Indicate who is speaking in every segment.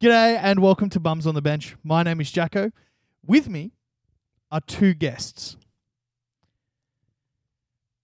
Speaker 1: G'day and welcome to Bums on the Bench. My name is Jacko. With me are two guests.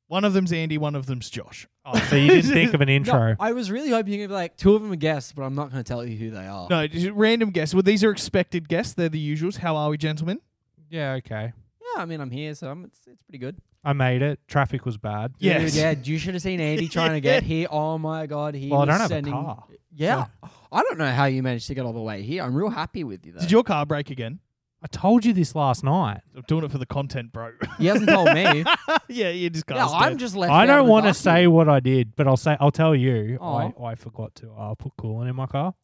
Speaker 1: One of them's Andy, one of them's Josh.
Speaker 2: Oh, so you didn't think of an
Speaker 3: No,
Speaker 2: intro.
Speaker 3: I was really hoping you'd be like, two of them are guests, but I'm not going to tell you who they are.
Speaker 1: No, just random guests. Well, these are expected guests. They're the usuals. How are we, gentlemen?
Speaker 2: Yeah, okay.
Speaker 3: Yeah, I mean, I'm here, so I'm, it's, it's pretty good.
Speaker 2: I made it. Traffic was bad.
Speaker 1: Yes.
Speaker 3: Dude, yeah, you should have seen Andy trying to get here. Oh my God. He
Speaker 2: Well, I
Speaker 3: was
Speaker 2: don't have
Speaker 3: sending,
Speaker 2: a car.
Speaker 3: Yeah. I don't know how you managed to get all the way here. I'm real happy with you, though.
Speaker 1: Did your car break again?
Speaker 2: I told you this last night.
Speaker 1: I'm doing it for the content, bro.
Speaker 3: he hasn't told me.
Speaker 1: yeah, you just
Speaker 3: yeah,
Speaker 1: cast
Speaker 3: I'm just left.
Speaker 2: I
Speaker 3: out
Speaker 2: don't
Speaker 3: in the
Speaker 2: want to
Speaker 3: dark
Speaker 2: say
Speaker 3: here.
Speaker 2: what I did, but I'll say I'll tell you. I,
Speaker 3: Aw.
Speaker 2: I forgot to uh, put coolant in my car.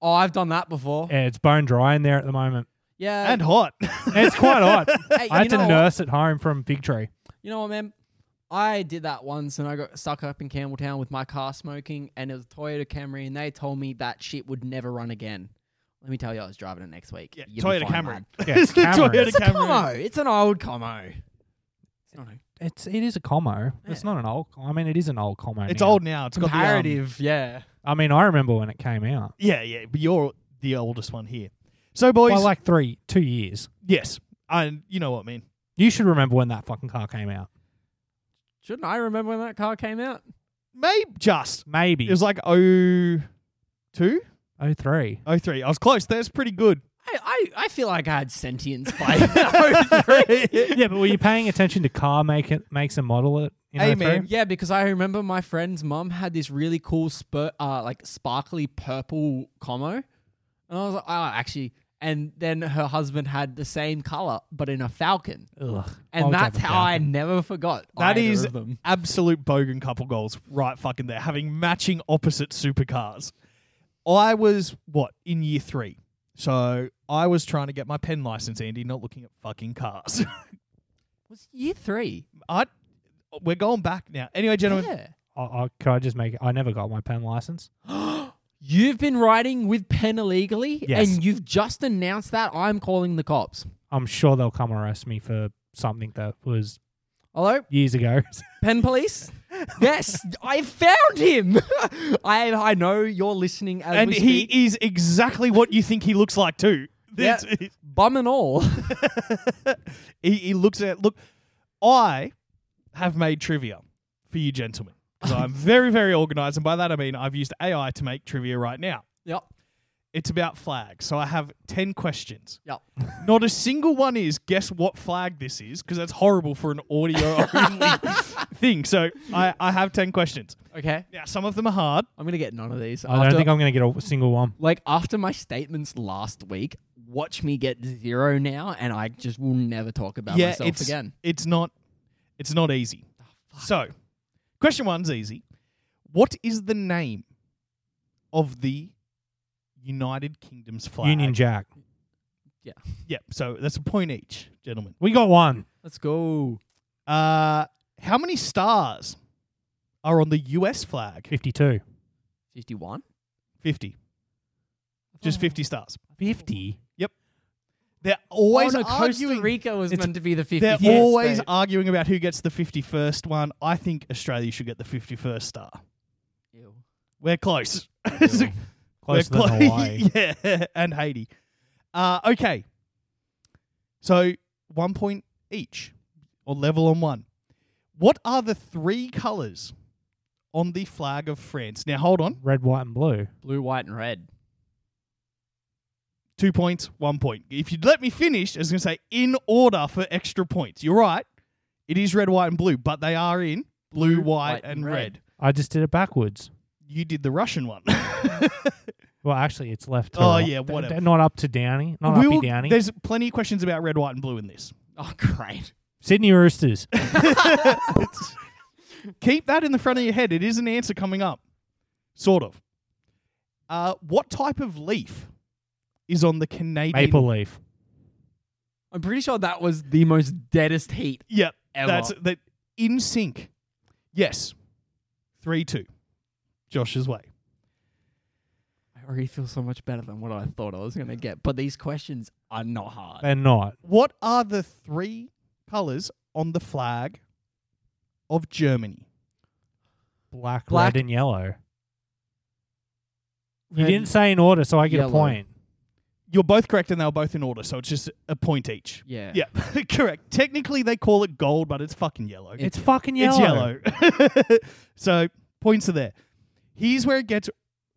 Speaker 3: Oh, I've done that before.
Speaker 2: Yeah, it's bone dry in there at the moment.
Speaker 3: Yeah.
Speaker 1: and hot.
Speaker 2: It's quite hot.
Speaker 3: hey,
Speaker 2: I
Speaker 3: you
Speaker 2: had to
Speaker 3: know what?
Speaker 2: nurse at home from Fig Tree.
Speaker 3: You know what, man? I did that once and I got stuck up in Campbelltown with my car smoking and it was a Toyota Camry and they told me that shit would never run again. Let me tell you, I was driving it next week.
Speaker 1: Yeah,
Speaker 3: You'd be
Speaker 1: Toyota
Speaker 3: fine,
Speaker 1: Camry.
Speaker 3: lad.
Speaker 2: Yeah, it's Camry.
Speaker 1: Toyota
Speaker 3: It's a
Speaker 1: Camry.
Speaker 3: Como. It's an old Como. It's not a
Speaker 2: It's it is a como. It's
Speaker 3: Yeah.
Speaker 2: not an old. I mean, it is an old como.
Speaker 1: It's
Speaker 2: now.
Speaker 1: old now. It's got the um,
Speaker 3: comparative, yeah.
Speaker 2: I mean, I remember when it came out.
Speaker 1: yeah, yeah. But you're the oldest one here. So, boys.
Speaker 2: By like three, two years.
Speaker 1: yes, and you know what I mean.
Speaker 2: You should remember when that fucking car came out.
Speaker 3: Shouldn't I remember when that car came out?
Speaker 1: Maybe just.
Speaker 2: Maybe
Speaker 1: It was like oh two,
Speaker 2: oh three.
Speaker 1: oh three. I was close. That's pretty good.
Speaker 3: I, I, I feel like I had sentience
Speaker 1: Oh
Speaker 3: by 03.
Speaker 2: yeah, but were you paying attention to car make it, makes and model it? In
Speaker 1: Hey,
Speaker 2: 03?
Speaker 1: man.
Speaker 3: Yeah, because I remember my friend's mum had this really cool, spur, uh, like sparkly purple como, and I was like, oh, actually. And then her husband had the same color, but in a falcon,
Speaker 2: Ugh.
Speaker 3: and
Speaker 2: I'll
Speaker 3: that's
Speaker 2: drop a
Speaker 3: how I
Speaker 2: Falcon.
Speaker 3: never forgot.
Speaker 1: That
Speaker 3: either
Speaker 1: is
Speaker 3: of them.
Speaker 1: absolute bogan couple goals right fucking there, having matching opposite supercars. I was what in year three, so I was trying to get my pen license, Andy, not looking at fucking cars.
Speaker 3: was year three.
Speaker 1: I we're going back now. Anyway, gentlemen,
Speaker 3: Yeah.
Speaker 2: I, I, could I just make? it- I never got my pen license.
Speaker 3: You've been riding with Penn illegally,
Speaker 2: Yes.
Speaker 3: and you've just announced that I'm calling the cops.
Speaker 2: I'm sure they'll come arrest me for something that was
Speaker 3: Hello,
Speaker 2: years ago.
Speaker 3: Penn police. yes, I found him. I I know you're listening, as
Speaker 1: and
Speaker 3: we speak.
Speaker 1: he is exactly what you think he looks like too.
Speaker 3: Yeah.
Speaker 1: This-
Speaker 3: bum and all.
Speaker 1: he, he looks at look. I have made trivia for you gentlemen. 'Cause I'm very, very organized, and by that I mean I've used AI to make trivia right now.
Speaker 3: yep.
Speaker 1: It's about flags, so I have ten questions.
Speaker 3: Yep.
Speaker 1: Not a single one is guess what flag this is, because that's horrible for an audio only thing. So I, I have ten questions.
Speaker 3: Okay.
Speaker 1: Now some of them are hard.
Speaker 3: I'm gonna get none of these.
Speaker 2: I
Speaker 3: After-
Speaker 2: don't think I'm going to get a single one.
Speaker 3: like after my statements last week, watch me get zero now, and I just will never talk about
Speaker 1: yeah,
Speaker 3: myself
Speaker 1: it's
Speaker 3: again. Ah,
Speaker 1: it's not it's not easy. so question one's easy. What is the name of the United Kingdom's flag?
Speaker 2: Union Jack.
Speaker 1: Yep. So that's a point each, gentlemen.
Speaker 2: We got one.
Speaker 3: Let's go.
Speaker 1: Uh, how many stars are on the U.S. flag?
Speaker 2: Fifty-two.
Speaker 3: Fifty-one.
Speaker 1: Fifty. Just fifty stars.
Speaker 2: Fifty.
Speaker 1: They're always
Speaker 3: oh, no,
Speaker 1: arguing.
Speaker 3: Costa Rica was
Speaker 1: It's-
Speaker 3: meant to be the 50th
Speaker 1: They're
Speaker 3: state.
Speaker 1: always arguing about who gets the fifty-first one. I think Australia should get the fifty-first star.
Speaker 3: Ew.
Speaker 1: We're close.
Speaker 2: Ew. Closer than
Speaker 1: We're clo-
Speaker 2: Hawaii.
Speaker 1: yeah, and Haiti. Uh, okay. So one point each, or level on one. What are the three colours on the flag of France? Now hold on.
Speaker 2: Red, white, and blue.
Speaker 3: blue, white, and red.
Speaker 1: Two points, one point. If you'd let me finish, I was going to say in order for extra points. You're right. It is red, white, and blue, but they are in blue, white,
Speaker 3: white,
Speaker 1: and
Speaker 3: and
Speaker 1: red.
Speaker 3: red.
Speaker 2: I just did it backwards.
Speaker 1: You did the Russian one.
Speaker 2: Well, actually, it's left. To
Speaker 1: Oh,
Speaker 2: right.
Speaker 1: yeah,
Speaker 2: D-
Speaker 1: whatever.
Speaker 2: d- Not up to Downey. Not
Speaker 1: We
Speaker 2: uppy
Speaker 1: will-
Speaker 2: Downey.
Speaker 1: There's plenty of questions about red, white, and blue in this.
Speaker 3: Oh, great.
Speaker 2: Sydney Roosters.
Speaker 1: Keep that in the front of your head. It is an answer coming up. Sort of. Uh, what type of leaf is on the Canadian
Speaker 2: Maple leaf.
Speaker 3: I'm pretty sure that was the most deadest heat
Speaker 1: Yep.
Speaker 3: ever.
Speaker 1: That's that in sync. Yes. Three two. Josh's way.
Speaker 3: I already feel so much better than what I thought I was going to get, but these questions are not hard.
Speaker 2: They're not.
Speaker 1: What are the three colours on the flag of Germany?
Speaker 2: Black,
Speaker 3: Black-
Speaker 2: red, and yellow. You didn't say in order, so I get
Speaker 3: Yellow.
Speaker 2: a point.
Speaker 1: You're both correct, and they were both in order, so it's just a point each.
Speaker 3: Yeah.
Speaker 1: Yeah, correct. Technically, they call it gold, but it's fucking yellow.
Speaker 2: It's fucking yellow.
Speaker 1: It's yellow. so points are there. Here's where it gets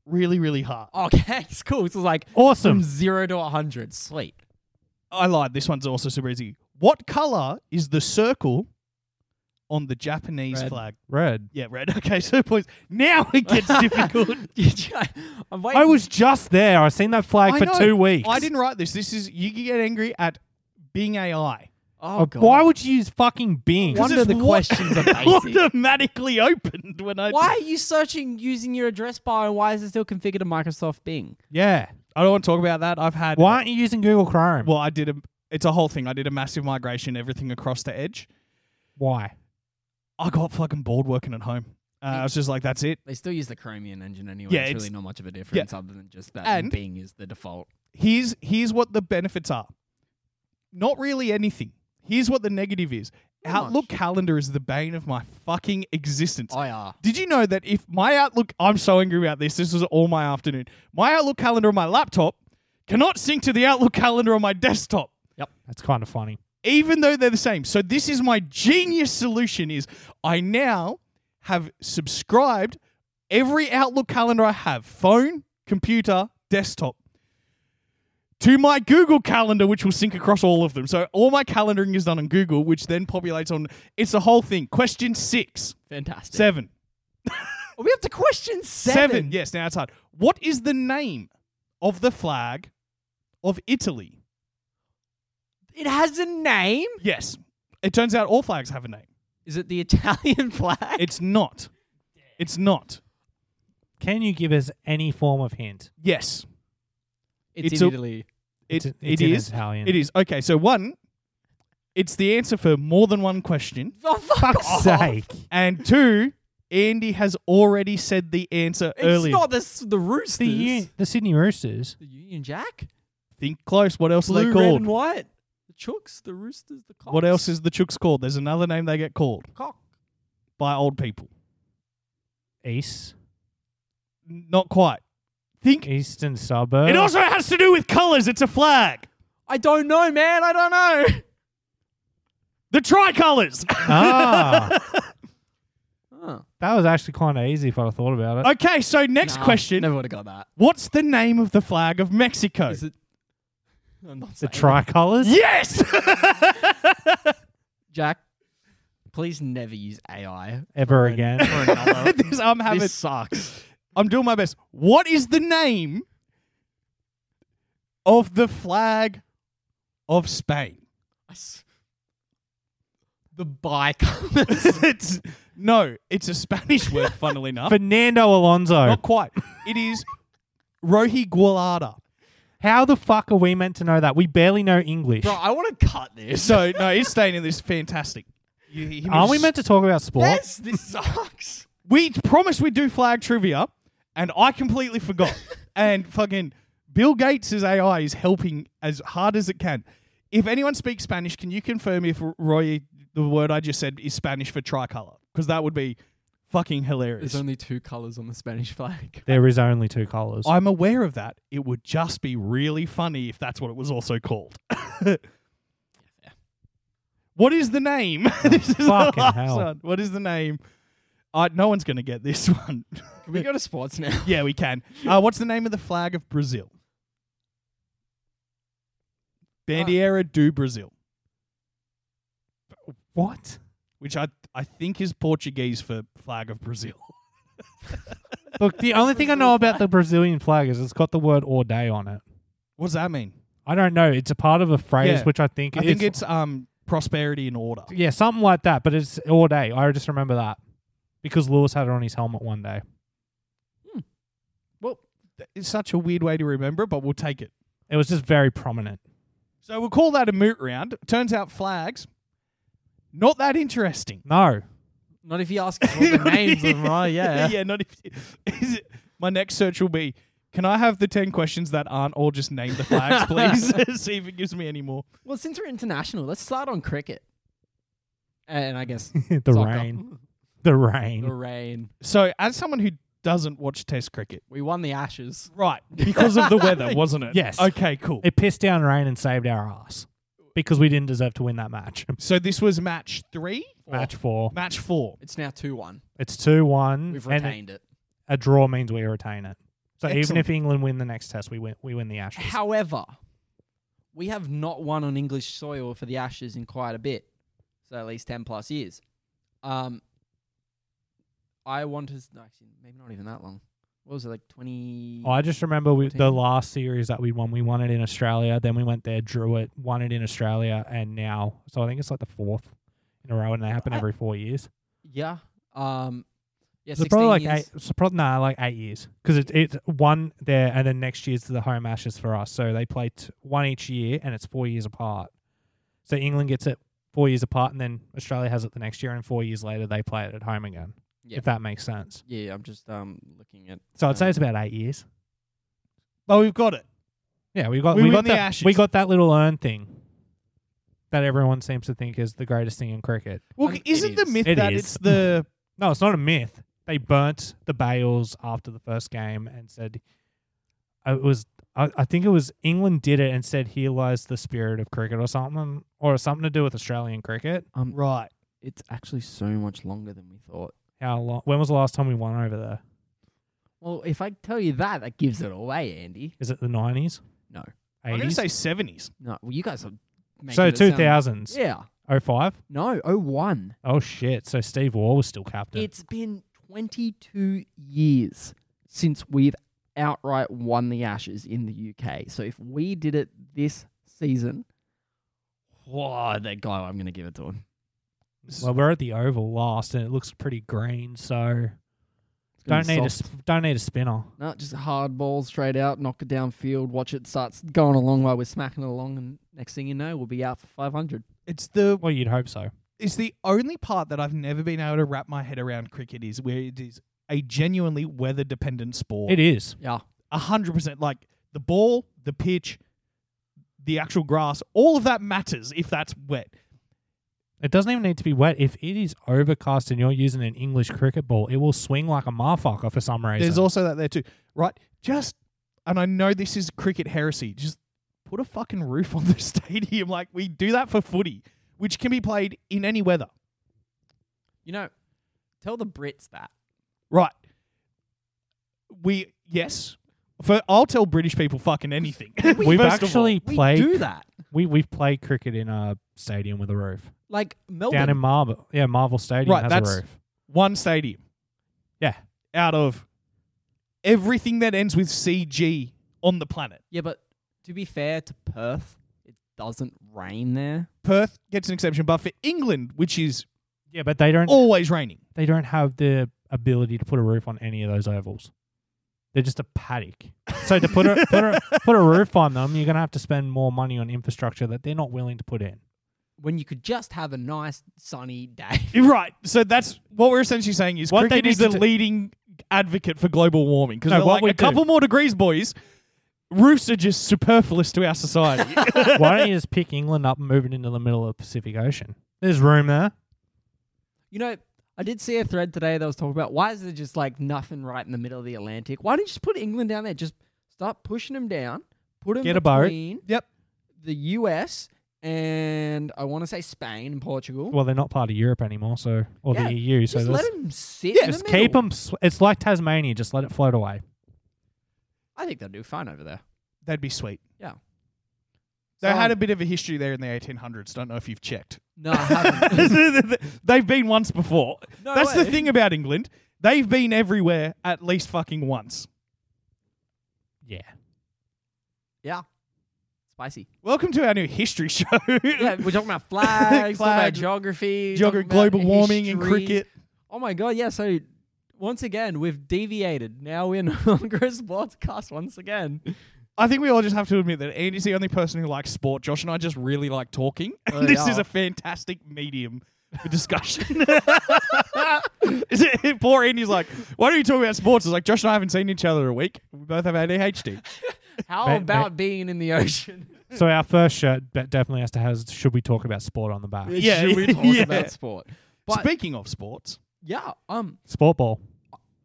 Speaker 1: really, really hard.
Speaker 3: Okay, it's cool. So it's like from
Speaker 2: Awesome.
Speaker 3: zero to 100. Sweet.
Speaker 1: I lied. This one's also super easy. What color is the circle on the Japanese
Speaker 3: Red.
Speaker 1: flag?
Speaker 2: Red.
Speaker 1: Yeah, red. Okay, so points. Now it gets difficult.
Speaker 3: Did you- I'm waiting.
Speaker 2: I was just there. I've seen that flag
Speaker 1: I
Speaker 2: for
Speaker 1: know.
Speaker 2: two weeks.
Speaker 1: I didn't write this. This is you can get angry at being AI.
Speaker 3: oh,
Speaker 2: Oh,
Speaker 3: God.
Speaker 2: Why would you use fucking Bing?
Speaker 1: 'Cause
Speaker 3: Wonder
Speaker 1: it's
Speaker 3: the
Speaker 1: wa-
Speaker 3: questions are basic.
Speaker 1: automatically opened when I
Speaker 3: Why are you searching using your address bar and why is it still configured to Microsoft Bing?
Speaker 2: Yeah.
Speaker 1: I don't want to talk about that. I've had
Speaker 2: Why aren't you using Google Chrome?
Speaker 1: Well, I did a. It's a whole thing. I did a massive migration, everything across to Edge.
Speaker 2: Why?
Speaker 1: I got fucking bored working at home. Uh, I was just like, that's it.
Speaker 3: They still use the Chromium engine anyway.
Speaker 1: Yeah,
Speaker 3: it's,
Speaker 1: it's-
Speaker 3: really not much of a difference other than just that
Speaker 1: And-
Speaker 3: Bing is the default.
Speaker 1: Here's here's what the benefits are. Not really anything. Here's what the negative is.
Speaker 3: Not
Speaker 1: Outlook
Speaker 3: much.
Speaker 1: calendar is the bane of my fucking existence.
Speaker 3: IR.
Speaker 1: Did you know that if my Outlook, I'm so angry about this, this was all my afternoon. My Outlook calendar on my laptop cannot sync to the Outlook calendar on my desktop,
Speaker 2: That's kind of funny.
Speaker 1: even though they're the same. So this is my genius solution is I now have subscribed every Outlook calendar I have, phone, computer, desktop. To my Google calendar, which will sync across all of them. So all my calendaring is done on Google, which then populates on. It's a whole thing. Question six,
Speaker 3: Fantastic.
Speaker 1: seven,
Speaker 3: Are we up to question seven?
Speaker 1: Seven. Yes, now it's hard. What is the name of the flag of Italy?
Speaker 3: It has a name.
Speaker 1: Yes. It turns out all flags have a name.
Speaker 3: Is it the Italian flag?
Speaker 1: It's not. It's not.
Speaker 2: Can you give us any form of hint?
Speaker 1: Yes.
Speaker 3: it's,
Speaker 1: it's
Speaker 3: in
Speaker 1: a-
Speaker 3: Italy.
Speaker 1: It,
Speaker 2: it's,
Speaker 1: it
Speaker 2: it's in
Speaker 1: is.
Speaker 2: Italian.
Speaker 1: It is. Okay, so one, it's the answer for more than one question.
Speaker 3: Oh, fuck
Speaker 2: Fuck's
Speaker 3: off.
Speaker 2: sake.
Speaker 1: And two, Andy has already said the answer
Speaker 3: It's
Speaker 1: earlier.
Speaker 3: not the, s- the Roosters.
Speaker 2: The, U- the Sydney Roosters.
Speaker 3: The Union Jack?
Speaker 1: Think close. What else are
Speaker 3: Blue,
Speaker 1: they
Speaker 3: red,
Speaker 1: called?
Speaker 3: and white. The Chooks, the Roosters, the Cocks.
Speaker 1: What else is the Chooks called? There's another name they get called
Speaker 3: Cock.
Speaker 1: by old people.
Speaker 2: East.
Speaker 1: N- Not quite. Think
Speaker 2: Eastern suburb.
Speaker 1: It
Speaker 3: Uh,
Speaker 1: also has to do with colors. It's a flag.
Speaker 3: I don't know, man. I don't know.
Speaker 1: The tricolors.
Speaker 3: Uh,
Speaker 2: ah,
Speaker 3: Huh.
Speaker 2: that was actually kind of easy if I thought about it.
Speaker 1: okay, so next
Speaker 3: Nah,
Speaker 1: question. Oh.
Speaker 3: Never would have got that.
Speaker 1: What's the name of the flag of Mexico?
Speaker 3: Is it? I'm not
Speaker 2: the
Speaker 3: saying.
Speaker 2: tricolours.
Speaker 1: yes.
Speaker 3: Jack, please never use AI
Speaker 2: Ever
Speaker 3: for an-
Speaker 2: again.
Speaker 3: for another.
Speaker 1: This- I'm having
Speaker 3: this sucks.
Speaker 1: I'm doing my best. What is the name of the flag of Spain?
Speaker 3: I s- The bicolors.
Speaker 1: it's no, it's a Spanish word funnily enough.
Speaker 2: Fernando Alonso.
Speaker 1: Not quite. It is rojigualada.
Speaker 2: How the fuck are we meant to know that? We barely know English.
Speaker 3: Bro, I want to cut this.
Speaker 1: So no, it's staying in this fantastic. You- he
Speaker 2: Aren't we
Speaker 1: was-
Speaker 2: meant to talk about sport?
Speaker 3: Yes, this sucks.
Speaker 1: we promised we'd do flag trivia, and I completely forgot. and fucking Bill Gates' AI is helping as hard as it can. If anyone speaks Spanish, can you confirm if Roy, the word I just said, is Spanish for tricolor? Because that would be fucking hilarious.
Speaker 3: There's only two colors on the Spanish flag.
Speaker 2: There is only two colours.
Speaker 1: I'm aware of that. It would just be really funny if that's what it was also called. what is the name? this is the
Speaker 2: fucking
Speaker 1: last
Speaker 2: hell.
Speaker 1: one. What is the name? Uh, no one's going to get this one.
Speaker 3: Can we go to sports now?
Speaker 1: Yeah, we can. Uh, what's the name of the flag of Brazil? Bandeira do Brasil,
Speaker 2: What?
Speaker 1: which I I think is Portuguese for flag of Brazil.
Speaker 2: Look, the only thing I know about the Brazilian flag is it's got the word "all day" on it.
Speaker 1: What does that mean?
Speaker 2: I don't know. It's a part of a phrase
Speaker 1: Yeah.
Speaker 2: which I think
Speaker 1: I think it's um prosperity and order.
Speaker 2: yeah something like that, but it's all day. I just remember that because Lewis had it on his helmet one day.
Speaker 1: Well, th- it's such a weird way to remember it, but we'll take it.
Speaker 2: It was just very prominent.
Speaker 1: So we'll call that a moot round. Turns out flags not that interesting.
Speaker 2: No,
Speaker 3: Not if you ask us what the names of them are, yeah.
Speaker 1: yeah, not if is it, my next search will be can I have the 10 questions that aren't all just name the flags, please? See if it gives me any more.
Speaker 3: Well, since we're international, let's start on cricket. And I guess
Speaker 2: the
Speaker 3: soccer.
Speaker 2: rain, the
Speaker 3: The
Speaker 2: rain.
Speaker 3: rain.
Speaker 1: So, as someone who doesn't watch Test cricket.
Speaker 3: We won the Ashes.
Speaker 1: Right. Because of the weather, wasn't it?
Speaker 2: Yes.
Speaker 1: Okay, cool.
Speaker 2: It pissed down rain and saved our ass because we didn't deserve to win that match.
Speaker 1: So this was match three?
Speaker 2: match four.
Speaker 1: Match four.
Speaker 3: It's now 2 1.
Speaker 2: It's 2 1.
Speaker 3: We've
Speaker 2: and
Speaker 3: retained Mm. it.
Speaker 2: a draw means we retain it. So even
Speaker 1: Excellent.
Speaker 2: if England win the next test, we win, we win the Ashes.
Speaker 3: However, we have not won on English soil for the Ashes in quite a bit, so at least ten plus years. Um, I want us no, actually maybe not even that long. What was it like twenty?
Speaker 2: Oh, I just remember we, the
Speaker 3: 14.
Speaker 2: last series that we won. We won it in Australia. Then we went there, drew it, won it in Australia, and now. So I think it's like the fourth in a row, and they happen
Speaker 3: I-
Speaker 2: every four years.
Speaker 3: yeah. Um, yeah,
Speaker 2: So
Speaker 3: sixteen
Speaker 2: probably like
Speaker 3: years.
Speaker 2: eight. So probably nah, like eight years because it's it's one there, and then next year's the home Ashes for us. So they play t- one each year, and it's four years apart. So England gets it four years apart, and then Australia has it the next year, and four years later they play it at home again.
Speaker 3: Yeah.
Speaker 2: If that makes sense.
Speaker 3: Yeah, I'm just um looking at.
Speaker 1: Uh,
Speaker 2: So I'd say
Speaker 3: Um,
Speaker 2: it's about eight years.
Speaker 1: But we've got it.
Speaker 2: Yeah, we got
Speaker 1: We
Speaker 2: we,
Speaker 1: win
Speaker 2: got
Speaker 1: the
Speaker 2: that
Speaker 1: Ashes.
Speaker 2: we got that little urn thing that everyone seems to think is the greatest thing in cricket.
Speaker 1: Well,
Speaker 3: Um, it
Speaker 1: isn't the
Speaker 3: is.
Speaker 1: myth
Speaker 2: It
Speaker 1: that
Speaker 2: is.
Speaker 1: it's the
Speaker 2: No, it's not a myth. They burnt the bales after the first game and said uh, it was. I, I think it was England did it and said here lies the spirit of cricket or something or something to do with Australian cricket.
Speaker 3: Um,
Speaker 1: right?
Speaker 3: it's actually so much longer than we thought.
Speaker 2: How long? When was the last time we won over there?
Speaker 3: Well, if I tell you that, that gives it away, Andy.
Speaker 2: Is it the nineties?
Speaker 3: No,
Speaker 1: I'm going to
Speaker 2: Eighties?
Speaker 1: say seventies.
Speaker 3: no. Well, you guys are.
Speaker 2: So
Speaker 3: making
Speaker 2: two
Speaker 3: it sound-
Speaker 2: thousands.
Speaker 3: Yeah.
Speaker 2: Oh five.
Speaker 3: No. Oh one.
Speaker 2: Oh shit! So Steve Waugh was still captain.
Speaker 3: It's been 22 years since we've outright won the Ashes in the UK. So if we did it this season, whoa, that guy, I'm going to give it to him.
Speaker 2: Well, we're at the Oval last, and it looks pretty green. So
Speaker 3: It's gonna
Speaker 2: don't
Speaker 3: be
Speaker 2: need a
Speaker 3: soft.
Speaker 2: sp- don't need a spinner.
Speaker 3: No, just a hard ball straight out, knock it downfield, watch it starts going along while we're smacking it along, and next thing you know, we'll be out for 500.
Speaker 1: It's the
Speaker 2: Well, you'd hope so.
Speaker 1: it's the only part that I've never been able to wrap my head around cricket is where it is a genuinely weather dependent sport.
Speaker 2: It is.
Speaker 3: Yeah.
Speaker 1: a hundred percent. Like the ball, the pitch, the actual grass, all of that matters if that's wet.
Speaker 2: It doesn't even need to be wet. If it is overcast and you're using an English cricket ball, it will swing like a marfucker for some reason.
Speaker 1: There's also that there too, right? Just and I know this is cricket heresy. Just put a fucking roof on the stadium, like we do that for footy, which can be played in any weather,
Speaker 3: You know, tell the Brits that.
Speaker 1: right? We yes, for I'll tell British people fucking anything.
Speaker 2: we've
Speaker 1: First of all.
Speaker 2: actually
Speaker 3: We
Speaker 2: played.
Speaker 3: do that.
Speaker 2: We we've played cricket in a stadium with a roof
Speaker 3: Like Melbourne.
Speaker 2: down in Marvel. Yeah, Marvel Stadium
Speaker 1: Right,
Speaker 2: has
Speaker 1: that's-
Speaker 2: a roof.
Speaker 1: one stadium.
Speaker 2: Yeah.
Speaker 1: Out of everything that ends with CG on the planet.
Speaker 3: yeah, but to be fair to Perth, it doesn't rain there.
Speaker 1: Perth gets an exception, but for England, which is
Speaker 2: Yeah, but they don't.
Speaker 1: always raining.
Speaker 2: They don't have the ability to put a roof on any of those ovals. They're just a paddock. So to put a put a put a roof on them, you're gonna have to spend more money on infrastructure that they're not willing to put in.
Speaker 3: when you could just have a nice sunny day.
Speaker 1: Right. So that's what we're essentially saying is
Speaker 2: What they
Speaker 1: cricket
Speaker 2: need
Speaker 1: is the
Speaker 2: to do-
Speaker 1: leading advocate for global warming because
Speaker 2: No, what
Speaker 1: like,
Speaker 2: we
Speaker 1: a couple more degrees, boys. Roofs are just superfluous to our society.
Speaker 2: Why don't you just pick England up and move it into the middle of the Pacific Ocean? There's room there.
Speaker 3: You know, I did see a thread today that was talking about why is there just like nothing right in the middle of the Atlantic? Why don't you just put England down there? Just start pushing them down, put them
Speaker 2: Get a boat.
Speaker 3: between
Speaker 1: yep.
Speaker 3: the US and I want to say Spain and Portugal.
Speaker 2: Well, they're not part of Europe anymore, so or
Speaker 3: Yeah,
Speaker 2: the EU. So
Speaker 3: just
Speaker 2: that's-
Speaker 3: let them sit.
Speaker 1: Yeah,
Speaker 3: in
Speaker 2: just
Speaker 3: the
Speaker 2: keep
Speaker 3: middle.
Speaker 2: them. It's like Tasmania. Just let it float away.
Speaker 3: I think they'll do fine over there.
Speaker 1: That'd be sweet.
Speaker 3: Yeah.
Speaker 1: They
Speaker 3: So,
Speaker 1: had
Speaker 3: um,
Speaker 1: a bit of a history there in the 1800s. Don't know if you've checked.
Speaker 3: No, I haven't.
Speaker 1: They've been once before.
Speaker 3: No
Speaker 1: That's the
Speaker 3: way.
Speaker 1: thing about England. They've been everywhere at least fucking once.
Speaker 2: Yeah.
Speaker 3: yeah, spicy.
Speaker 1: Welcome to our new history show.
Speaker 3: Yeah, we're talking about flags, talking about
Speaker 1: Flag,
Speaker 3: geography,
Speaker 1: Geography,
Speaker 3: talking about
Speaker 1: global warming, and
Speaker 3: history.
Speaker 1: cricket.
Speaker 3: Oh my god, yeah. So once again, we've deviated. Now we're no longer a sportscast once again.
Speaker 1: I think we all just have to admit that Andy's the only person who likes sport. Josh and I just really like talking.
Speaker 3: Oh,
Speaker 1: this
Speaker 3: yeah.
Speaker 1: is a fantastic medium for discussion. is it, poor Andy's like, why don't you talk about sports? It's like Josh and I haven't seen each other in a week. We both have ADHD.
Speaker 3: How
Speaker 2: Mate,
Speaker 3: about being in the ocean?
Speaker 2: So our first shirt be- definitely has to has. Should we talk about sport on the back?
Speaker 1: Yeah,
Speaker 3: Should we talk
Speaker 1: yeah.
Speaker 3: about sport? But
Speaker 1: Speaking of sports,
Speaker 3: yeah, um,
Speaker 2: Sport ball.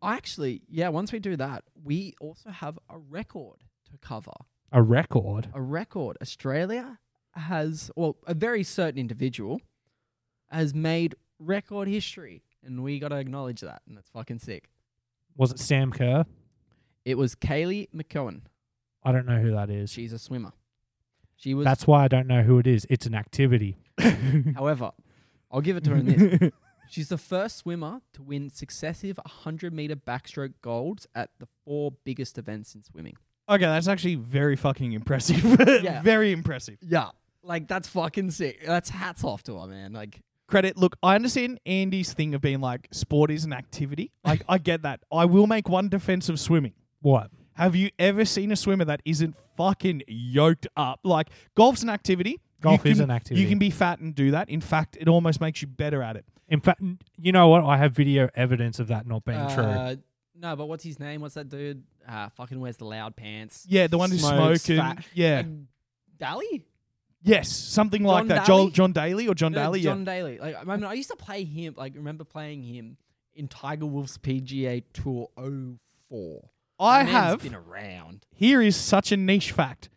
Speaker 3: Actually, yeah, once we do that, we also have a record to cover.
Speaker 2: A record.
Speaker 3: A record. Australia has, well, a very certain individual has made record history. And we got to acknowledge that. And that's fucking sick.
Speaker 2: Was it Sam Kerr?
Speaker 3: It was Kaylee McCohen.
Speaker 2: I don't know who that is.
Speaker 3: She's a swimmer. She was,
Speaker 2: That's why I don't know who it is. It's an activity.
Speaker 3: however, I'll give it to her in this. She's the first swimmer to win successive 100 meter backstroke golds at the four biggest events in swimming.
Speaker 1: Okay, that's actually very fucking impressive.
Speaker 3: Yeah.
Speaker 1: Very impressive.
Speaker 3: Yeah. Like that's fucking sick. That's hats off to her, man. Like
Speaker 1: Credit. Look, I understand Andy's thing of being like sport is an activity. Like I get that. I will make one defense of swimming.
Speaker 2: What?
Speaker 1: Have you ever seen a swimmer that isn't fucking yoked up? Like golf's an activity.
Speaker 2: Golf
Speaker 1: You
Speaker 2: is
Speaker 1: can-
Speaker 2: an activity.
Speaker 1: You can be fat and do that. In fact, it almost makes you better at it.
Speaker 2: In fact, n- you know what? I have video evidence of that not being true.
Speaker 3: uh, No, but what's his name? What's that dude? Uh, fucking wears the loud pants.
Speaker 1: Yeah, the one who's
Speaker 3: Smokes,
Speaker 1: smoking.
Speaker 3: fat.
Speaker 1: Yeah.
Speaker 3: Like, Daly?
Speaker 1: yes, something like
Speaker 3: John
Speaker 1: that.
Speaker 3: Daly?
Speaker 1: Joel, John Daly or John
Speaker 3: No,
Speaker 1: Daly?
Speaker 3: John Daly. Like I remember I used to play him, like remember playing him in Tiger Wolf's PGA Tour 04.
Speaker 1: yeah. I
Speaker 3: That man's
Speaker 1: have.
Speaker 3: been around.
Speaker 1: here is such a niche fact.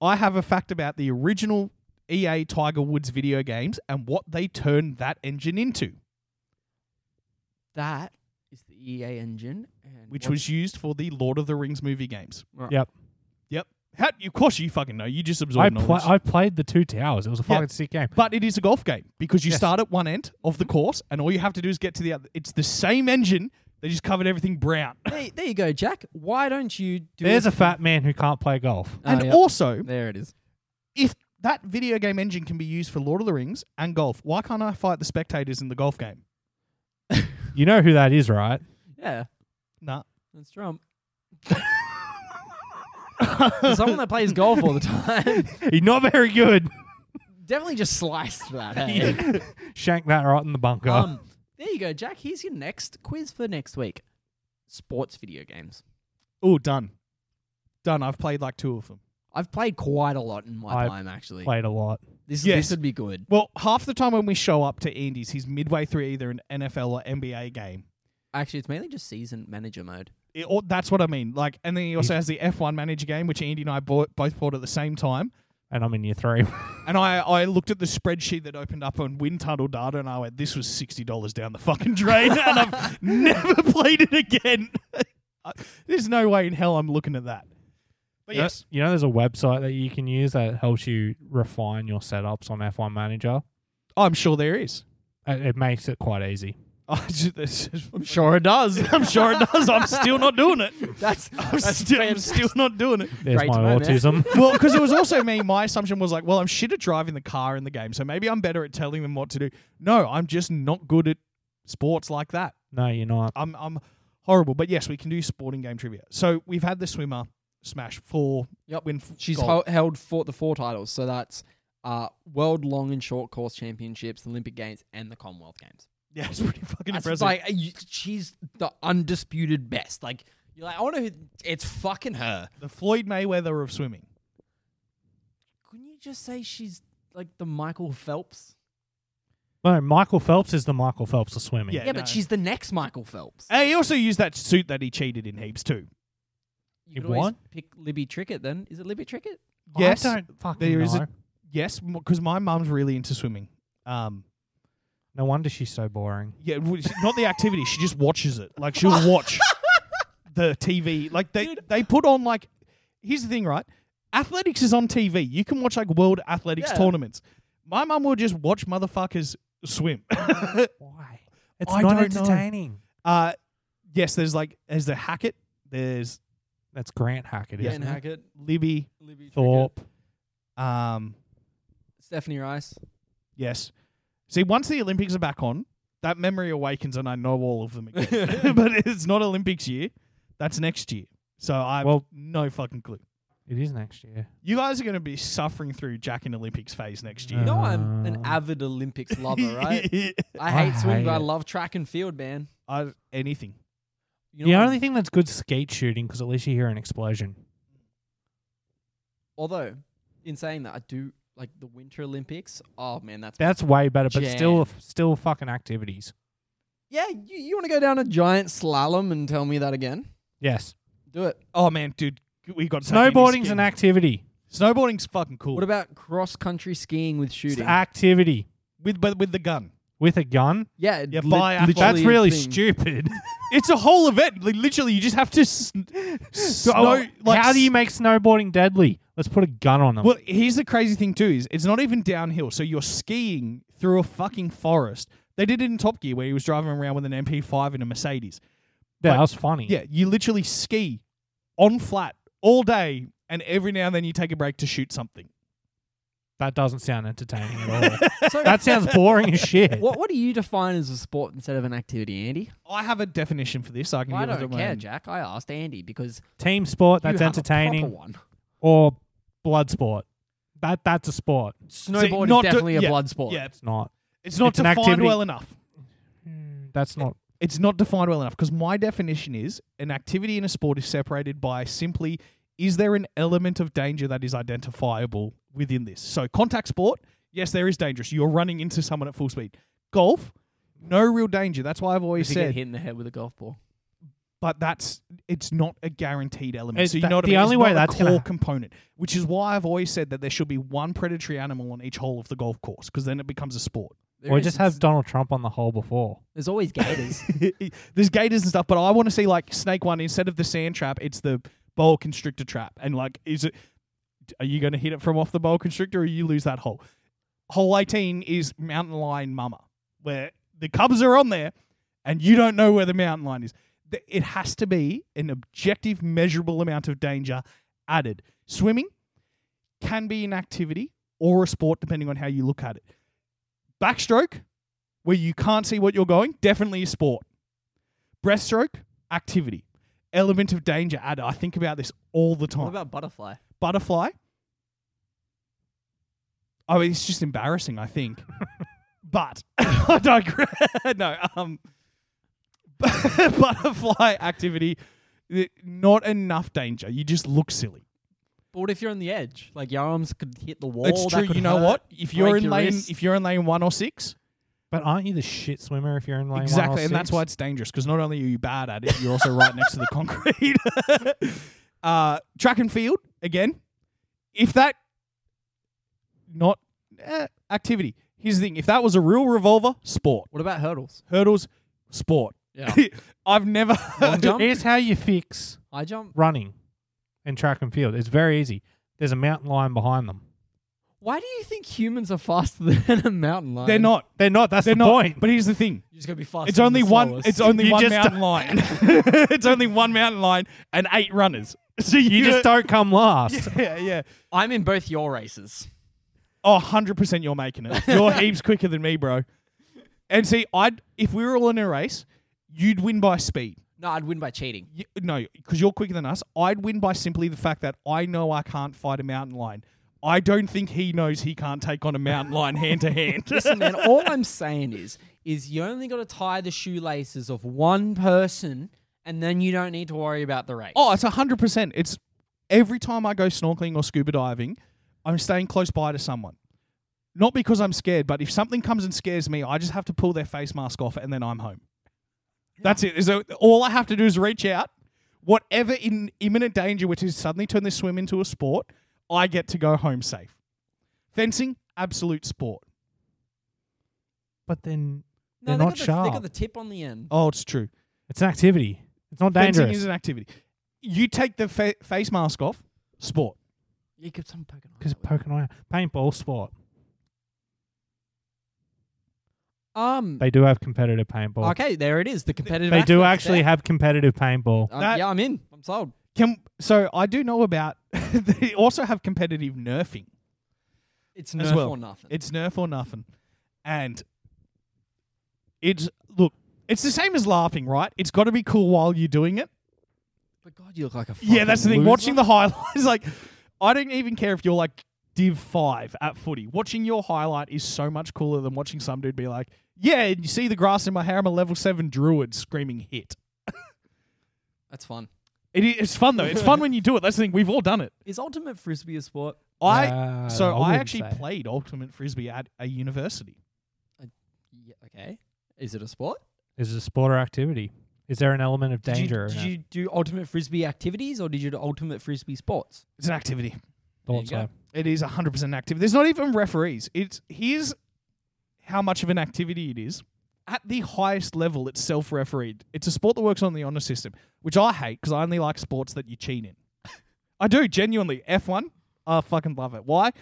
Speaker 1: I have a fact about the original EA Tiger Woods video games and what they turned that engine into,
Speaker 3: That is the EA engine and
Speaker 1: which
Speaker 3: what-
Speaker 1: was used for the Lord of the Rings movie games.
Speaker 3: Right.
Speaker 2: yep.
Speaker 1: Yep. How, of course, you fucking know. You just
Speaker 2: I
Speaker 1: absorb
Speaker 2: pla
Speaker 1: knowledge.
Speaker 2: I played the two towers. It was a fucking sick game.
Speaker 1: but it is a golf game because you
Speaker 2: Yes.
Speaker 1: start at one end of the course and all you have to do is get to the other. It's the same engine. They just covered everything brown.
Speaker 3: There, there you go, Jack. Why don't you do
Speaker 2: There's a fat man who can't play golf.
Speaker 3: Oh,
Speaker 1: and
Speaker 3: yeah.
Speaker 1: also,
Speaker 3: There it is.
Speaker 1: if that video game engine can be used for Lord of the Rings and golf, why can't I fight the spectators in the golf game?
Speaker 2: You know who that is, right?
Speaker 3: Yeah,
Speaker 1: Nah.
Speaker 3: that's Trump. Someone that plays golf all the time
Speaker 2: He's not very good.
Speaker 3: definitely just sliced that. eh?
Speaker 2: Shank that right in the bunker.
Speaker 3: Um, there you go, Jack. Here's your next quiz for next week: sports video games.
Speaker 1: Oh, done. Done. I've played like two of them.
Speaker 3: I've played quite a lot in my
Speaker 2: I've
Speaker 3: time, actually.
Speaker 2: Played a lot.
Speaker 3: This
Speaker 1: Yes.
Speaker 3: this would be good.
Speaker 1: Well, half the time when we show up to Andy's, he's midway through either an NFL or NBA game.
Speaker 3: Actually, it's mainly just season manager mode.
Speaker 1: It, or, that's what I mean. Like, and then he also has the F1 manager game, which Andy and I bought, both bought at the same time.
Speaker 2: And I'm in year three.
Speaker 1: And I, I looked at the spreadsheet that opened up on wind tunnel data, and I went, "This was sixty dollars down the fucking drain," and I've never played it again. I- There's no way in hell I'm looking at that. But
Speaker 2: You know-
Speaker 1: yes,
Speaker 2: You know, there's a website that you can use that helps you refine your setups on F1 Manager. Uh,
Speaker 1: I'm sure there is.
Speaker 2: It, it makes it quite easy.
Speaker 1: I just- this is-
Speaker 3: I'm sure it does.
Speaker 1: I'm sure it does. I'm still not doing it.
Speaker 3: That's
Speaker 1: I'm still, I'm still not doing it.
Speaker 2: There's
Speaker 3: Great
Speaker 2: my
Speaker 3: to know, man.
Speaker 2: autism.
Speaker 1: Well, because it was also me. My assumption was like, well, I'm shit at driving the car in the game, so maybe I'm better at telling them what to do. No, I'm just not good at sports like that.
Speaker 2: no, you're not.
Speaker 1: I'm I'm horrible. But yes, we can do sporting game trivia. So we've had the swimmer smash four.
Speaker 3: Yep.
Speaker 1: Win. f-
Speaker 3: She's
Speaker 1: gold.
Speaker 3: hel- held for the four titles, so that's uh, world long and short course championships, Olympic Games, and the Commonwealth Games.
Speaker 1: yeah, it's pretty fucking
Speaker 3: That's
Speaker 1: impressive.
Speaker 3: like uh, you, she's the undisputed best. Like you're like, I wonder who. It's fucking her.
Speaker 1: the Floyd Mayweather of swimming.
Speaker 3: Couldn't you just say she's like the Michael Phelps?
Speaker 2: No, Michael Phelps is the Michael Phelps of swimming.
Speaker 1: Yeah.
Speaker 3: Yeah,
Speaker 1: no. Uh,
Speaker 3: but she's the next Michael Phelps.
Speaker 1: And he also used that suit that he cheated in heaps too.
Speaker 3: You
Speaker 2: You
Speaker 3: could always
Speaker 2: what?
Speaker 3: pick Libby Trickett. Then is it Libby Trickett?
Speaker 1: Yes,
Speaker 2: I don't fucking
Speaker 1: there
Speaker 2: know.
Speaker 1: is a- yes, because my mum's really into swimming. Um,
Speaker 2: no wonder she's so boring.
Speaker 1: Yeah, w- she- not the activity. She just watches it. Like she'll watch the TV. Like they they put on like. Here's the thing, right? Athletics is on TV. You can watch like world athletics
Speaker 3: Yeah.
Speaker 1: tournaments. My mum will just watch motherfuckers swim.
Speaker 2: Why? It's
Speaker 1: I
Speaker 2: not
Speaker 1: don't know.
Speaker 2: entertaining.
Speaker 1: uh yes, there's like there's the Hackett, there's
Speaker 2: That's Grant Hackett,
Speaker 1: Yeah.
Speaker 2: isn't
Speaker 3: Ben
Speaker 2: it?
Speaker 3: Hackett,
Speaker 1: Libby,
Speaker 3: Libby Trickett,
Speaker 2: Thorpe.
Speaker 1: um,
Speaker 3: Stephanie Rice.
Speaker 1: Yes. See, once the Olympics are back on, that memory awakens and I know all of them again. but it's not Olympics year. That's next year. So I have
Speaker 2: Well-
Speaker 1: no fucking clue.
Speaker 2: It is next year.
Speaker 1: You guys are going to be suffering through Jack in Olympics phase next year.
Speaker 3: You know I'm an
Speaker 2: Uh.
Speaker 3: avid Olympics lover, right? I
Speaker 2: I
Speaker 3: hate swimming,
Speaker 2: hate
Speaker 3: but I
Speaker 2: it.
Speaker 3: love track and field, man.
Speaker 1: I, anything.
Speaker 3: You know
Speaker 2: the
Speaker 3: what?
Speaker 2: only thing that's good is skate shooting because at least you hear an explosion.
Speaker 3: Although, in saying that, I do like the Winter Olympics. Oh man, that's
Speaker 2: That's way better, but still,
Speaker 3: Jam.
Speaker 2: still fucking activities.
Speaker 3: Yeah, you, you want to go down a giant slalom and tell me that again?
Speaker 2: Yes.
Speaker 3: Do it.
Speaker 1: Oh man, dude, we got so many
Speaker 2: Snowboarding's
Speaker 1: skin-
Speaker 2: an activity.
Speaker 1: Snowboarding's fucking cool.
Speaker 3: What about cross country skiing with
Speaker 2: It's
Speaker 3: shooting?
Speaker 2: an activity
Speaker 1: with but with the gun?
Speaker 2: with a gun.
Speaker 3: yeah,
Speaker 1: Yeah,
Speaker 3: lit-
Speaker 1: by
Speaker 3: literally
Speaker 1: Apple.
Speaker 2: That's
Speaker 3: a
Speaker 2: really
Speaker 3: thing.
Speaker 2: stupid.
Speaker 1: It's a whole event. Like, literally, you just have to. Sn-
Speaker 2: So,
Speaker 1: snow, like,
Speaker 2: how do you make snowboarding deadly? Let's put a gun on them.
Speaker 1: Well, here's the crazy thing too is it's not even downhill. So you're skiing through a fucking forest. They did it in Top Gear where he was driving around with an MP5 and a Mercedes.
Speaker 2: that
Speaker 1: but-
Speaker 2: was funny.
Speaker 1: Yeah, you literally ski on flat all day, and every now and then you take a break to shoot something.
Speaker 2: That doesn't sound entertaining at all.
Speaker 3: So
Speaker 2: that sounds boring as shit.
Speaker 3: what what do you define as a sport instead of an activity, Andy?
Speaker 1: I have a definition for this. I can
Speaker 3: I
Speaker 1: give it
Speaker 3: don't
Speaker 1: to my
Speaker 3: care,
Speaker 1: own.
Speaker 3: Jack. I asked Andy because
Speaker 2: Team sport
Speaker 3: you
Speaker 2: that's
Speaker 3: have a proper
Speaker 2: entertaining
Speaker 3: one.
Speaker 2: or blood sport. That that's a sport.
Speaker 1: See,
Speaker 3: Snowboard
Speaker 1: not
Speaker 3: is
Speaker 1: to-
Speaker 3: definitely
Speaker 1: yeah,
Speaker 3: a blood sport.
Speaker 1: Yeah,
Speaker 2: It's not.
Speaker 1: it's not
Speaker 2: It's an
Speaker 1: defined
Speaker 2: activity.
Speaker 1: well enough.
Speaker 2: That's not.
Speaker 1: It's not defined well enough because my definition is an activity in a sport is separated by simply is there an element of danger that is identifiable within this? So contact sport, yes, there is dangerous. You're running into someone at full speed. Golf, no real danger. That's why I've always
Speaker 3: If you get
Speaker 1: said,
Speaker 3: hit in the head with a golf ball.
Speaker 1: but that's it's not a guaranteed element.
Speaker 2: It's
Speaker 1: so you
Speaker 2: that-
Speaker 1: know what I
Speaker 2: the
Speaker 1: mean?
Speaker 2: only
Speaker 1: it's
Speaker 2: way
Speaker 1: not
Speaker 2: that's
Speaker 1: a
Speaker 2: gonna
Speaker 1: core
Speaker 2: hap-
Speaker 1: component, which is why I've always said that there should be one predatory animal on each hole of the golf course because then it becomes a sport.
Speaker 3: There
Speaker 2: Or
Speaker 3: is-
Speaker 2: just have Donald Trump on the hole before.
Speaker 3: There's always gators.
Speaker 1: there's gators and stuff, but I want to see like snake one instead of the sand trap, it's the boa constrictor trap. And like, is it? Are you going to hit it from off the boa constrictor, or you lose that hole? Hole eighteen is mountain lion mama, where the cubs are on there, and you don't know where the mountain lion is. Th- It has to be an objective, measurable amount of danger added. Swimming can be an activity or a sport, depending on how you look at it. Backstroke, where you can't see what you're going, definitely a sport. Breaststroke, activity. Element of danger added. I think about this all the time.
Speaker 3: what about butterfly?
Speaker 1: Butterfly. Oh, it's just embarrassing, I think. but I digress. no, um, butterfly activity, th- not enough danger. You just look silly.
Speaker 3: But what if you're on the edge? Like your arms could hit the wall.
Speaker 1: it's
Speaker 3: that
Speaker 1: true.
Speaker 3: could
Speaker 1: You know
Speaker 3: hurt.
Speaker 1: what? If you're
Speaker 3: break
Speaker 1: in
Speaker 3: your
Speaker 1: lane,
Speaker 3: wrist.
Speaker 1: if you're in lane one or six,
Speaker 2: But aren't you the shit swimmer if you're in lane
Speaker 1: exactly,
Speaker 2: one or
Speaker 1: and that's
Speaker 2: six?
Speaker 1: why it's dangerous because not only are you bad at it, you're also right next to the concrete. uh, track and field again. If that not eh, activity, here's the thing: if that was a real revolver, sport
Speaker 3: What about hurdles?
Speaker 1: hurdles, sport.
Speaker 3: Yeah.
Speaker 1: I've never.
Speaker 3: Long jump?
Speaker 2: Here's how you fix
Speaker 3: High jump?
Speaker 2: running in track and field. It's very easy. There's a mountain lion behind them.
Speaker 3: Why do you think humans are faster than a mountain lion?
Speaker 1: They're not.
Speaker 2: They're not. That's
Speaker 1: They're
Speaker 2: the
Speaker 1: not.
Speaker 2: point.
Speaker 1: But here's the thing:
Speaker 3: You're just gonna be faster.
Speaker 1: It's only one. It's only
Speaker 2: You
Speaker 1: one
Speaker 2: just
Speaker 1: mountain lion. it's only one mountain lion and eight runners. So you,
Speaker 2: you just don't come last.
Speaker 1: Yeah, yeah.
Speaker 3: I'm in both your races.
Speaker 1: Oh, 100% you're making it. You're heaps quicker than me, bro. And see, I'd if we were all in a race, you'd win by speed.
Speaker 3: No, I'd win by cheating.
Speaker 1: You, no, because you're quicker than us. I'd win by simply the fact that I know I can't fight a mountain lion. I don't think he knows he can't take on a mountain lion hand to hand.
Speaker 3: Listen, man. All I'm saying is, is you only got to tie the shoelaces of one person, and then you don't need to worry about the race.
Speaker 1: Oh, it's hundred percent. It's every time I go snorkeling or scuba diving, I'm staying close by to someone. Not because I'm scared, but if something comes and scares me, I just have to pull their face mask off and then I'm home. That's it. So all I have to do is reach out. Whatever in imminent danger, which is suddenly turn this swim into a sport, I get to go home safe. Fencing, absolute sport.
Speaker 2: But then
Speaker 3: no,
Speaker 2: they're
Speaker 3: they
Speaker 2: not
Speaker 3: got the, They got
Speaker 2: sharp.
Speaker 3: the tip on the end.
Speaker 1: Oh, it's true.
Speaker 2: it's an activity. It's not
Speaker 1: Fencing is
Speaker 2: dangerous
Speaker 1: an activity. You take the fa- face mask off, sport.
Speaker 3: You could some poking.
Speaker 2: because poking around paintball sport.
Speaker 3: Um.
Speaker 2: They do have competitive paintball.
Speaker 3: Okay, there it is. The competitive.
Speaker 2: They do
Speaker 3: athletes
Speaker 2: actually
Speaker 3: there.
Speaker 2: have competitive paintball.
Speaker 3: Um,
Speaker 1: That-
Speaker 3: yeah, I'm in. I'm sold.
Speaker 1: Can so I do know about they also have competitive nerfing.
Speaker 3: It's
Speaker 1: As
Speaker 3: nerf
Speaker 1: well.
Speaker 3: or nothing.
Speaker 1: It's nerf or nothing. And it's look, it's the same as laughing, right? It's got to be cool while you're doing it.
Speaker 3: but God, you look like a.
Speaker 1: yeah, that's the
Speaker 3: fucking
Speaker 1: thing.
Speaker 3: loser.
Speaker 1: Watching the highlights like I don't even care if you're like div 5 at footy. Watching your highlight is so much cooler than watching some dude be like, "Yeah, and you see the grass in my hair, I'm a level 7 druid screaming hit."
Speaker 3: That's fun.
Speaker 1: It is, it's fun though. It's fun when you do it. That's the thing. We've all done it.
Speaker 3: Is ultimate frisbee a sport?
Speaker 1: I
Speaker 2: Uh,
Speaker 1: So I,
Speaker 2: wouldn't
Speaker 1: actually
Speaker 2: say.
Speaker 1: played Ultimate Frisbee at a university.
Speaker 3: Yeah, okay. Is it a sport?
Speaker 2: Is it a sport or activity? Is there an element of
Speaker 3: Did you-
Speaker 2: danger? in
Speaker 3: Did
Speaker 2: it?
Speaker 3: you, do ultimate frisbee activities or did you do ultimate frisbee sports?
Speaker 1: It's an activity.
Speaker 3: There you
Speaker 2: Thought
Speaker 3: go.
Speaker 2: so.
Speaker 1: It is 100% active. There's not even referees. It's here's how much of an activity it is. At the highest level, it's self-refereed. It's a sport that works on the honor system, which I hate because I only like sports that you cheat in. I do genuinely. F1, I fucking love it. Why?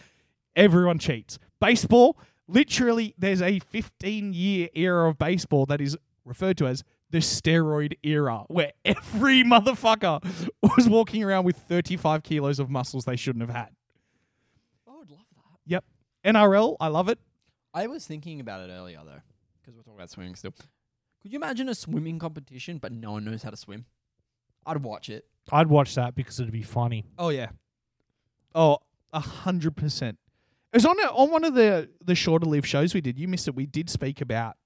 Speaker 1: Everyone cheats. Baseball, literally, there's a 15-year era of baseball that is referred to as the steroid era, where every motherfucker was walking around with 35 kilos of muscles they shouldn't have had.
Speaker 3: I would love that.
Speaker 1: Yep. NRL, I love it.
Speaker 3: I was thinking about it earlier though, because we're talking about swimming still. Could you imagine a swimming competition but no one knows how to swim? I'd watch it.
Speaker 2: I'd watch that because it'd be funny.
Speaker 1: Oh yeah. Oh, a hundred percent. It was on a, on one of the the shorter lived shows we did. You missed it. We did speak about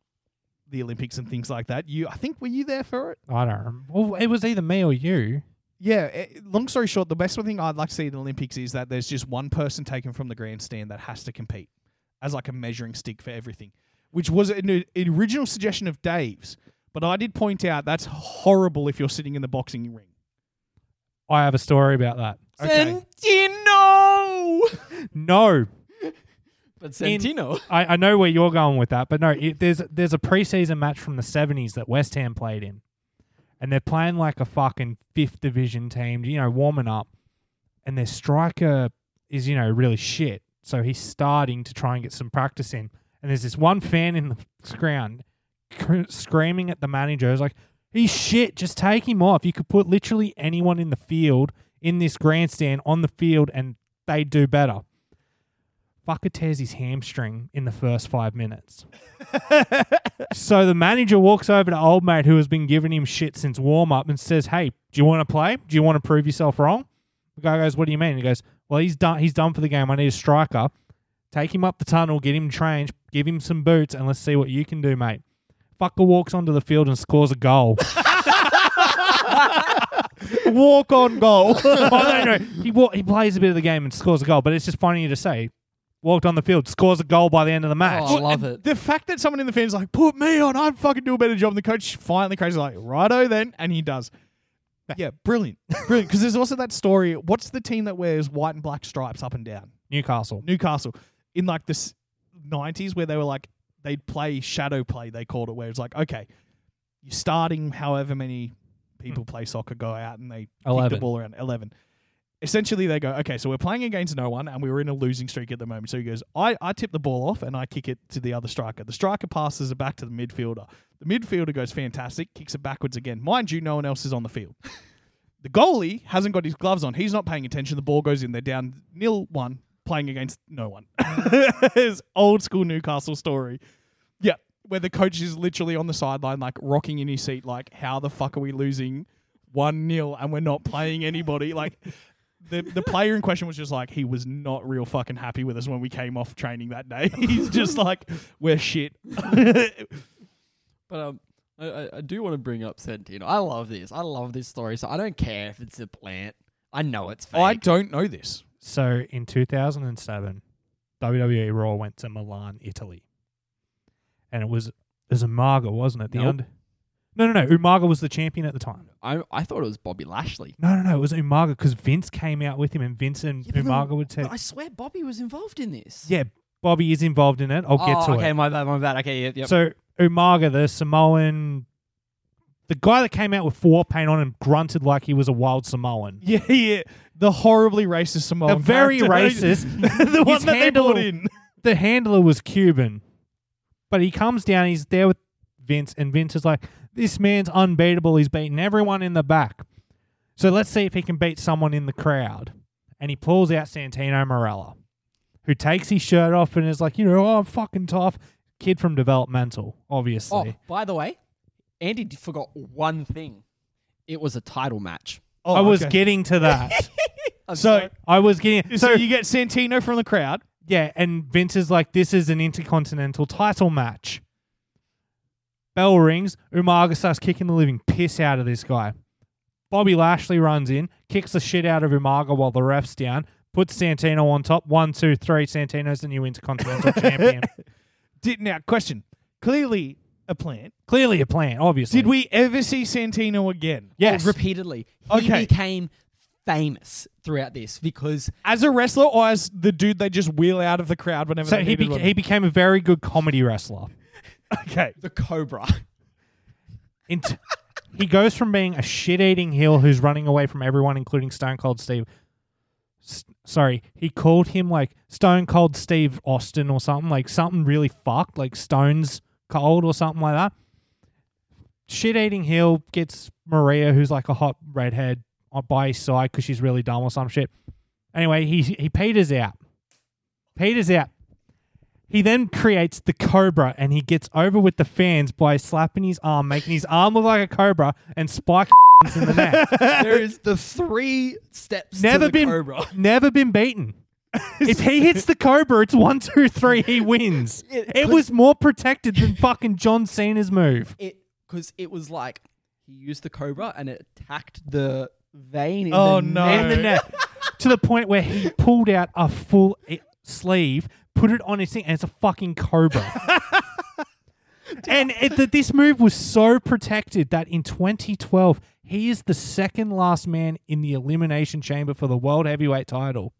Speaker 1: the Olympics and things like that. You, I think, were you there for it?
Speaker 2: I don't remember. Well, it was either me or you.
Speaker 1: Yeah. eh, long story short, the best one thing I'd like to see in the Olympics is that there's just one person taken from the grandstand that has to compete as like a measuring stick for everything, which was an, an original suggestion of Dave's. But I did point out that's horrible if you're sitting in the boxing ring.
Speaker 2: I have a story about that.
Speaker 1: Okay.
Speaker 3: Sentino!
Speaker 2: No,
Speaker 3: but
Speaker 2: In-
Speaker 3: Sentino.
Speaker 2: I, I know where you're going with that, but no, it, there's there's a preseason match from the '70s that West Ham played in, and they're playing like a fucking fifth division team, you know, warming up, and their striker is you know really shit, so he's starting to try and get some practice in, and there's this one fan in the ground cr- screaming at the manager, is like, "He's shit, just take him off." You could put literally anyone in the field in this grandstand on the field, and they do better. Fucker tears his hamstring in the first five minutes. so the manager walks over to old mate who has been giving him shit since warm up and says, "Hey, do you want to play? Do you want to prove yourself wrong?" The guy goes, "What do you mean?" He goes, "Well, he's done. He's done for the game. I need a striker. Take him up the tunnel, get him trained, give him some boots, and let's see what you can do, mate." Fucker walks onto the field and scores a goal.
Speaker 1: Walk on goal.
Speaker 2: oh no, no, he wa- he plays a bit of the game and scores a goal, but it's just funny to say. Walked on the field, scores a goal by the end of the match.
Speaker 3: Oh, I love
Speaker 1: and
Speaker 3: it.
Speaker 1: The fact that someone in the fans like, put me on, I'd fucking do a better job. And the coach finally crazy like, righto then, and he does. Yeah, brilliant, brilliant. Because there's also that story. What's the team that wears white and black stripes up and down?
Speaker 2: Newcastle.
Speaker 1: Newcastle in like the s- 90s where they were like they'd play shadow play they called it where it's like okay you're starting however many people play soccer go out and they kick the
Speaker 2: 11.
Speaker 1: ball around 11 essentially they go okay so we're playing against no one and we were in a losing streak at the moment so he goes I, I tip the ball off and I kick it to the other striker the striker passes it back to the midfielder the midfielder goes fantastic kicks it backwards again mind you no one else is on the field the goalie hasn't got his gloves on. He's not paying attention. The ball goes in. They're down nil one, playing against no one. it's old school Newcastle story. Yeah, where the coach is literally on the sideline, like rocking in his seat, like how the fuck are we losing one nil and we're not playing anybody? Like the the player in question was just like he was not real fucking happy with us when we came off training that day. He's just like we're shit.
Speaker 3: But um, I, I, I do want to bring up Sentino. I love this. I love this story. So I don't care if it's a plant. I know it's
Speaker 2: Oh,
Speaker 3: fake.
Speaker 1: I don't know this.
Speaker 2: So in 2007, WWE E Raw went to Milan, Italy, and it was it was Umaga, wasn't it? The
Speaker 3: Nope.
Speaker 2: under- No, no, no. Umaga was the champion at the time.
Speaker 3: I, I thought it was Bobby Lashley.
Speaker 2: No, no, no. It was Umaga because Vince came out with him, and Vince and
Speaker 3: Yeah, but the-
Speaker 2: Umaga would take.
Speaker 3: But I swear Bobby was involved in this.
Speaker 2: Yeah, Bobby is involved in it. I'll get
Speaker 3: oh,
Speaker 2: to
Speaker 3: okay,
Speaker 2: it.
Speaker 3: my bad, my bad. Okay, yep, yep.
Speaker 2: So Umaga, the Samoan, the guy that came out with four paint on and grunted like he was a wild Samoan.
Speaker 1: Yeah, yeah. The horribly racist Samoan.
Speaker 2: The very
Speaker 1: character.
Speaker 2: racist.
Speaker 1: the one
Speaker 2: His
Speaker 1: that they
Speaker 2: handle-
Speaker 1: brought in.
Speaker 2: the handler was Cuban, but he comes down. He's there with Vince, and Vince is like, "This man's unbeatable. He's beaten everyone in the back. So let's see if he can beat someone in the crowd." And he pulls out Santino Morella, who takes his shirt off and is like, "You know, oh, I'm fucking tough." Kid from developmental,
Speaker 3: oh,
Speaker 2: obviously.
Speaker 3: by the way, Andy d- forgot one thing. It was a title match.
Speaker 1: Oh,
Speaker 2: I was
Speaker 1: okay.
Speaker 2: getting to that.
Speaker 3: I'm
Speaker 1: so,
Speaker 3: sorry.
Speaker 2: I was getting
Speaker 1: so.
Speaker 2: so
Speaker 1: you get Santino from the crowd.
Speaker 2: Yeah, and Vince is like, this is an intercontinental title match. Bell rings. Umaga starts kicking the living piss out of this guy. Bobby Lashley runs in, kicks the shit out of Umaga while the ref's down, puts Santino on top. One, two, three. Santino's the new intercontinental champion.
Speaker 1: Did now question clearly a plant.
Speaker 2: Clearly a plan, obviously.
Speaker 1: Did we ever see Santino again?
Speaker 2: Yes.
Speaker 3: Repeatedly. He
Speaker 1: Okay.
Speaker 3: became famous throughout this because
Speaker 1: As a wrestler or as the dude they just wheel out of the crowd whenever
Speaker 2: so
Speaker 1: they
Speaker 2: he
Speaker 1: needed
Speaker 2: bec
Speaker 1: one?
Speaker 2: he became a very good comedy wrestler.
Speaker 1: Okay.
Speaker 3: the Cobra.
Speaker 2: In t- he goes from being a shit-eating heel who's running away from everyone, including Stone Cold Steve. S- sorry, he called him like Stone Cold Steve Austin or something like something really fucked, like Stones Cold or something like that. Shit-eating heel gets Maria, who's like a hot redhead, on by his side because she's really dumb or some shit. Anyway, he he peters out. Peters out. He then creates the Cobra and he gets over with the fans by slapping his arm, making his arm look like a Cobra and spiking in the neck.
Speaker 3: there is the three steps
Speaker 2: Never
Speaker 3: to the
Speaker 2: been
Speaker 3: Cobra.
Speaker 2: never been beaten. if he hits the Cobra, it's one, two, three, he wins.
Speaker 3: It-
Speaker 2: It was more protected than fucking John Cena's move.
Speaker 3: It because it was like he used the Cobra and it attacked the vein. In
Speaker 1: Oh,
Speaker 3: the
Speaker 1: no.
Speaker 3: neck.
Speaker 2: In the net. uh, to the point where he pulled out a full i- sleeve, put it on his thing, and it's a fucking cobra. and it, that this move was so protected that in 2012, he is the second last man in the elimination chamber for the world heavyweight title.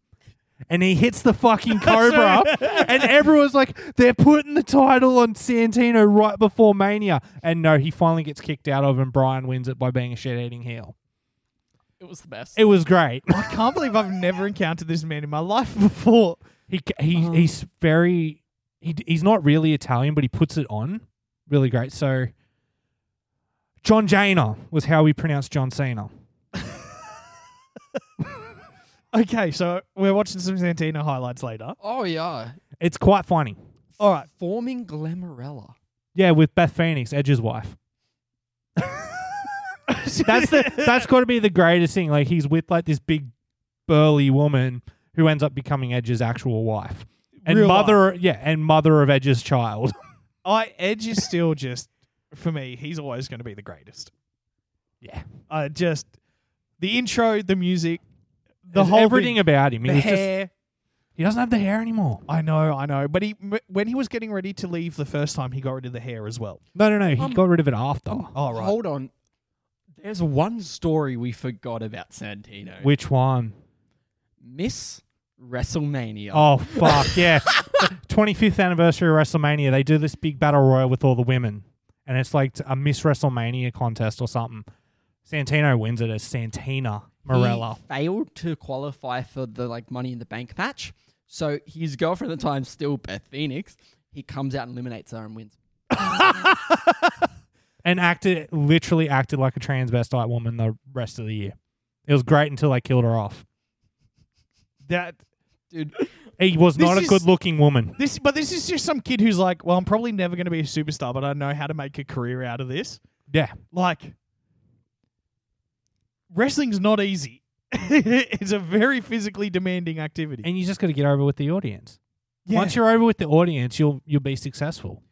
Speaker 2: And he hits the fucking cobra, and everyone's like, "They're putting the title on Santino right before Mania." And no, he finally gets kicked out of, and Brian wins it by being a shit-eating heel.
Speaker 3: It was the best.
Speaker 2: It was great.
Speaker 1: I can't believe I've never encountered this man in my life before.
Speaker 2: He c- he he's very he, d- he's not really Italian, but he puts it on really great. So John Jana was how we pronounce John Cena.
Speaker 1: Okay, so we're watching some Santino highlights later.
Speaker 3: oh yeah,
Speaker 2: It's quite funny.
Speaker 1: All right.
Speaker 3: forming Glamorella.
Speaker 2: Yeah, with Beth Phoenix, Edge's wife. That's the that's got to be the greatest thing. Like he's with like this big burly woman who ends up becoming Edge's actual wife and
Speaker 1: Real
Speaker 2: mother. Yeah, and mother of Edge's child.
Speaker 1: I Edge is still just for me. He's always going to be the greatest.
Speaker 2: yeah,
Speaker 1: I just the intro, the music, the
Speaker 2: the
Speaker 1: whole
Speaker 2: everything
Speaker 1: thing,
Speaker 2: about him. He,
Speaker 1: the
Speaker 2: was just,
Speaker 1: hair.
Speaker 2: he doesn't have the hair anymore.
Speaker 1: I know, I know. But he m- when he was getting ready to leave the first time, he got rid of the hair as well.
Speaker 2: No, no, no. He
Speaker 3: Um,
Speaker 2: got rid of it after.
Speaker 1: Oh right.
Speaker 3: Hold on. There's one story we forgot about Santino.
Speaker 2: Which one?
Speaker 3: Miss WrestleMania.
Speaker 2: Oh fuck yeah! Twenty fifth anniversary of WrestleMania. They do this big battle royal with all the women, and it's like a Miss WrestleMania contest or something. Santino wins it as Santina
Speaker 3: He
Speaker 2: Morella.
Speaker 3: failed to qualify for the like Money in the Bank match. So his girlfriend at the time, still Beth Phoenix, he comes out and eliminates her and wins.
Speaker 2: and acted literally acted like a transvestite woman the rest of the year. It was great until they killed her off.
Speaker 1: That
Speaker 3: Dude,
Speaker 2: He was
Speaker 1: This
Speaker 2: not a
Speaker 1: is-
Speaker 2: good looking woman.
Speaker 1: this, but this is just some kid who's like, well, I'm probably never going to be a superstar, but I know how to make a career out of this.
Speaker 2: Yeah,
Speaker 1: Like, wrestling's not easy. it's a very physically demanding activity.
Speaker 2: and you just got to get over with the audience.
Speaker 1: Yeah.
Speaker 2: Once you're over with the audience, you'll you'll be successful.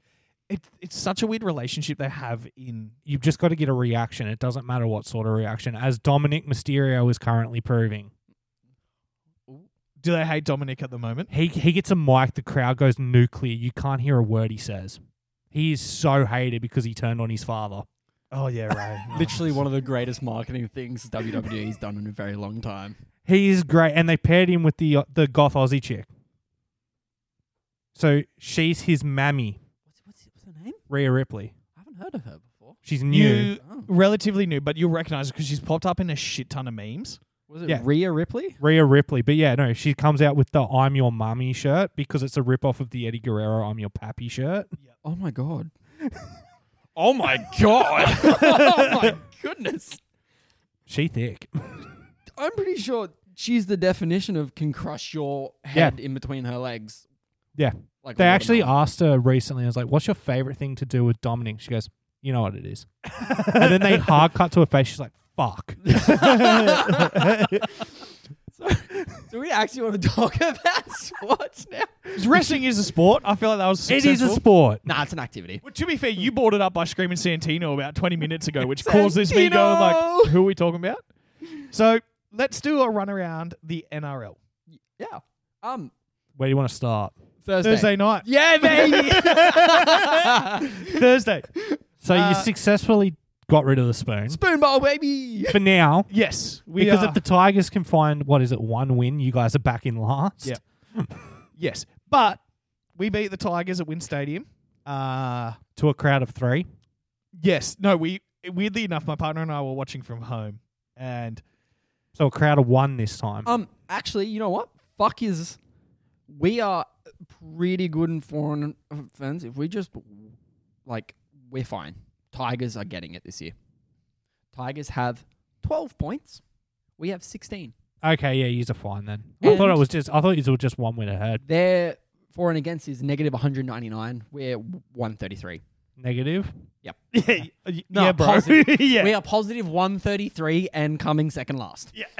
Speaker 1: it, it's such a weird relationship they have in
Speaker 2: you've just got to get a reaction. It doesn't matter what sort of reaction, as Dominic Mysterio is currently proving.
Speaker 1: do they hate Dominic at the moment?
Speaker 2: He he gets a mic, the crowd goes nuclear. You can't hear a word he says. He is so hated because he turned on his father.
Speaker 1: Oh yeah, right.
Speaker 3: literally one of the greatest marketing things WWE's done in a very long time.
Speaker 2: He is great, and they paired him with the uh, the goth Aussie chick. So she's his mammy,
Speaker 3: What's, what's, what's her name?
Speaker 2: Rhea Ripley.
Speaker 3: I haven't heard of her before.
Speaker 2: She's new.
Speaker 1: you
Speaker 3: Oh.
Speaker 1: relatively new, but you'll recognize it because she's popped up in a shit ton of memes.
Speaker 3: Was it
Speaker 2: Yeah.
Speaker 3: Rhea Ripley?
Speaker 2: Rhea Ripley, but yeah, no, she comes out with the "I'm your mummy" shirt because it's a rip off of the Eddie Guerrero "I'm your pappy" shirt.
Speaker 3: Oh my god. oh my god. oh my goodness.
Speaker 2: She thick.
Speaker 3: I'm pretty sure she's the definition of can crush your head in between her legs.
Speaker 2: Yeah.
Speaker 3: Like
Speaker 2: They
Speaker 3: a
Speaker 2: actually
Speaker 3: watermelon.
Speaker 2: asked her recently. I was like, "What's your favorite thing to do with Dominic?" She goes, "You know what it is." and then they hard cut to her face. She's like, "Fuck."
Speaker 3: Do we actually want to talk about sports now?
Speaker 1: 'Cause wrestling is a sport. I feel like that was
Speaker 2: it
Speaker 1: successful.
Speaker 2: is a sport.
Speaker 3: Nah, it's an activity.
Speaker 1: Well, to be fair, you brought it up by screaming Santino about 20 minutes ago, which caused this me going like,
Speaker 3: Santino!
Speaker 1: who are we talking about? So let's do a run around the NRL.
Speaker 3: Yeah. Um
Speaker 2: Where do you want to start?
Speaker 3: Thursday.
Speaker 1: Thursday night.
Speaker 3: Yeah, baby.
Speaker 1: Thursday.
Speaker 2: So
Speaker 1: Uh,
Speaker 2: you successfully got rid of the spoon
Speaker 1: Spoon bowl, baby.
Speaker 2: for now,
Speaker 1: Yes, we
Speaker 2: because
Speaker 1: are.
Speaker 2: if the Tigers can find what is it one win, you guys are back in last.
Speaker 1: Yeah. yes, but we beat the Tigers at Wynn Stadium. Uh
Speaker 2: to a crowd of three.
Speaker 1: yes. No, we weirdly enough, my partner and I were watching from home, and
Speaker 2: So a crowd of one this time.
Speaker 3: Um, actually, you know what? Fuck is we are pretty good in foreign offense. If we just like, we're fine. Tigers are getting it this year. Tigers have twelve points. We have sixteen.
Speaker 2: okay, yeah, you're fine then. I thought it
Speaker 3: And-
Speaker 2: was just. I thought you were just one win ahead.
Speaker 3: Their for and against is negative one hundred ninety nine. We're one thirty three.
Speaker 2: Negative.
Speaker 1: yeah,
Speaker 3: No,
Speaker 1: yeah, bro,
Speaker 3: positive.
Speaker 1: yeah,
Speaker 3: We are positive one thirty three and coming second last.
Speaker 1: yeah.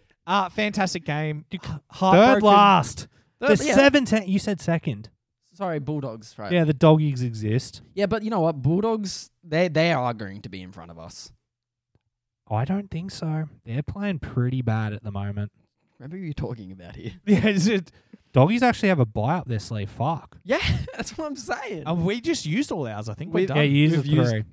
Speaker 1: uh, fantastic game.
Speaker 2: Third
Speaker 1: Heartbroken.
Speaker 2: last.
Speaker 3: Third-
Speaker 2: the
Speaker 3: yeah.
Speaker 2: seventeen. You said second.
Speaker 3: Sorry, Bulldogs. Right.
Speaker 2: Yeah, the doggies exist.
Speaker 3: Yeah, but you know what? Bulldogs, they they are going to be in front of us.
Speaker 2: I don't think so. They're playing pretty bad at the moment.
Speaker 3: Remember who you're talking about here?
Speaker 1: Yeah, is it-
Speaker 2: Doggies actually have a buy up their sleeve. Fuck.
Speaker 3: Yeah, that's what I'm saying.
Speaker 1: uh, we just used all ours. I think
Speaker 3: We-
Speaker 1: we're done.
Speaker 2: yeah, you use a
Speaker 1: We've
Speaker 2: three.
Speaker 1: used-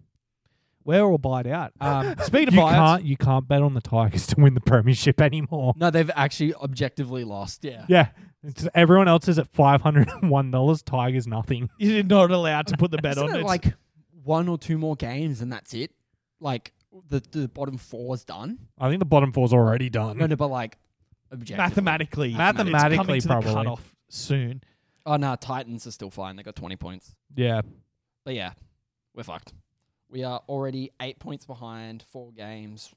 Speaker 1: We're all buyed out. Um, speaking
Speaker 2: you
Speaker 1: of buyouts,
Speaker 2: can't. You can't bet on the Tigers to win the premiership anymore.
Speaker 3: no, they've actually objectively lost. Yeah.
Speaker 2: Yeah, it's, everyone else is at five hundred and one dollars. Tigers nothing.
Speaker 1: you're not allowed to put the bet
Speaker 3: Isn't
Speaker 1: on
Speaker 3: it
Speaker 1: it.
Speaker 3: like one or two more games and that's it? Like the the bottom four's done.
Speaker 2: I think the bottom four's already done.
Speaker 3: No, no, but like objectively.
Speaker 1: mathematically,
Speaker 2: Mathematically,
Speaker 1: it's coming to
Speaker 2: probably.
Speaker 1: the cutoff soon.
Speaker 3: Oh no, Titans are still fine. They got twenty points.
Speaker 2: Yeah,
Speaker 3: But yeah, we're fucked. We are already eight points behind, four games.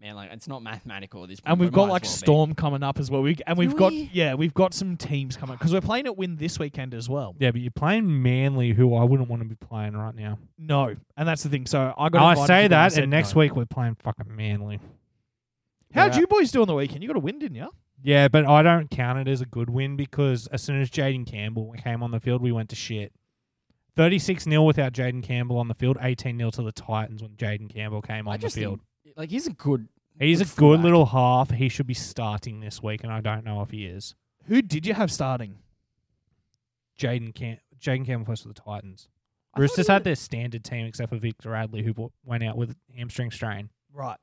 Speaker 3: Man, like it's not mathematical at this point.
Speaker 1: And we've
Speaker 3: but might
Speaker 1: got like
Speaker 3: as well be.
Speaker 1: Storm coming up as well. We and we've
Speaker 3: Do
Speaker 1: got
Speaker 3: we?
Speaker 1: yeah, we've got some teams coming because we're playing at Win this weekend as well.
Speaker 2: yeah, but you're playing Manly, who I wouldn't want to be playing right now.
Speaker 1: No, and that's the thing. So I got.
Speaker 2: I
Speaker 1: invited
Speaker 2: say
Speaker 1: to go, I
Speaker 2: that,
Speaker 1: said
Speaker 2: and next
Speaker 1: no.
Speaker 2: week we're playing fucking Manly.
Speaker 1: how'd
Speaker 3: Yeah.
Speaker 1: you boys do on the weekend? You got a win, didn't you?
Speaker 2: Yeah, but I don't count it as a good win because as soon as Jaden Campbell came on the field, we went to shit. 36 0 without Jaden Campbell on the field, 18 0 to the Titans when Jaden Campbell came
Speaker 3: I
Speaker 2: on the
Speaker 3: just think-
Speaker 2: field.
Speaker 3: like he's a good.
Speaker 2: He's
Speaker 3: good
Speaker 2: a good
Speaker 3: fullback.
Speaker 2: little half. He should be starting this week, and I don't know if he is.
Speaker 1: Who did you have starting?
Speaker 2: Jaden Cam- Jaden Campbell plays for the Titans.
Speaker 3: I thought
Speaker 2: Roosters
Speaker 3: he
Speaker 2: had
Speaker 3: was-
Speaker 2: their standard team except for Victor Adley, who bought, went out with a hamstring strain.
Speaker 1: Right.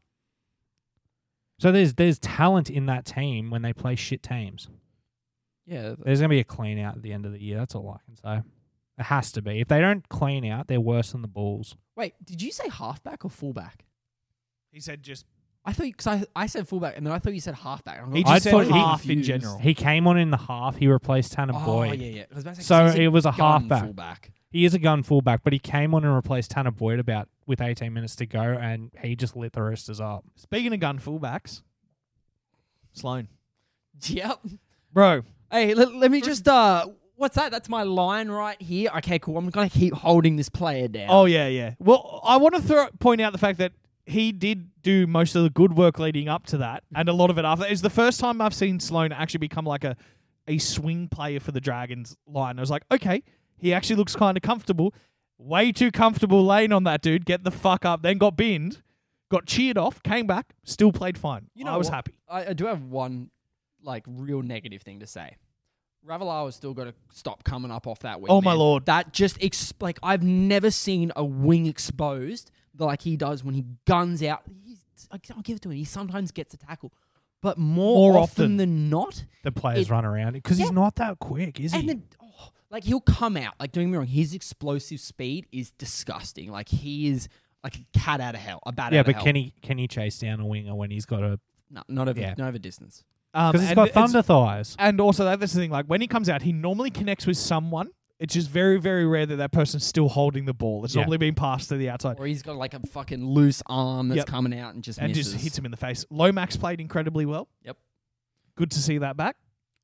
Speaker 2: So there's there's talent in that team when they play shit teams.
Speaker 3: Yeah,
Speaker 2: There's gonna be a clean out at the end of the year. That's all I can say. It has to be. If they don't clean out, they're worse than the Bulls.
Speaker 3: Wait, did you say halfback or fullback?
Speaker 1: He said just
Speaker 3: I thought because I, I said fullback and then I thought you said halfback. I'm
Speaker 1: He
Speaker 3: like,
Speaker 2: just
Speaker 3: I
Speaker 2: said
Speaker 3: was
Speaker 1: half in
Speaker 3: confused.
Speaker 1: general.
Speaker 2: He came on in the half. He replaced Tanner
Speaker 3: Oh
Speaker 2: Boyd.
Speaker 3: yeah, yeah. I was about to say, 'cause
Speaker 2: So
Speaker 3: he's
Speaker 2: it was a
Speaker 3: gun
Speaker 2: halfback.
Speaker 3: Fullback.
Speaker 2: He is a gun fullback, but he came on and replaced Tanner Boyd about with 18 minutes to go, and he just lit the Roosters up.
Speaker 1: speaking of gun fullbacks, Sloan,
Speaker 3: Yep.
Speaker 1: bro.
Speaker 3: Hey, let, let me just uh, what's that? That's my line right here. Okay, cool. I'm gonna keep holding this player down.
Speaker 1: Oh yeah, yeah. Well, I want to throw, point out the fact that he did do most of the good work leading up to that, and a lot of it after. It's the first time I've seen Sloan actually become like a a swing player for the Dragons line. I was like, okay, he actually looks kind of comfortable. Way too comfortable laying on that dude. Get the fuck up. Then got binned, got cheered off, came back, still played fine.
Speaker 3: You know
Speaker 1: I was
Speaker 3: what?
Speaker 1: happy.
Speaker 3: I, I do have one like real negative thing to say. Ravala's still got to stop coming up off that wing.
Speaker 1: Oh, my
Speaker 3: man.
Speaker 1: lord.
Speaker 3: That just ex- like I've never seen a wing exposed the, like he does when he guns out. He's, I- I'll give it to him. He sometimes gets a tackle, but more,
Speaker 1: More
Speaker 3: often,
Speaker 1: often.
Speaker 3: than not,
Speaker 2: The players
Speaker 3: It-
Speaker 2: run around because
Speaker 3: Yeah.
Speaker 2: he's not that quick, is he?
Speaker 3: and then oh, like he'll come out. Like don't get me wrong, his explosive speed is disgusting. Like he is like a cat out of hell. A bat
Speaker 2: yeah,
Speaker 3: out of
Speaker 2: but
Speaker 3: hell.
Speaker 2: can he can he chase down a winger when he's
Speaker 3: Um,
Speaker 2: got a
Speaker 3: no, not over
Speaker 2: Yeah.
Speaker 3: not over distance.
Speaker 1: Um,
Speaker 2: because he's
Speaker 1: and
Speaker 2: got
Speaker 1: it's-
Speaker 2: thunder thighs?
Speaker 1: And also that, that's the thing. Like when he comes out, he normally connects with someone. It's just very, very rare that that person's still holding the ball. It's
Speaker 2: Yeah.
Speaker 1: normally being passed to the outside.
Speaker 3: Or he's got like a fucking loose arm that's
Speaker 1: Yep.
Speaker 3: coming out and just
Speaker 1: and
Speaker 3: misses.
Speaker 1: just hits him in the face. Lomax played incredibly well.
Speaker 3: Yep.
Speaker 1: Good to see that back.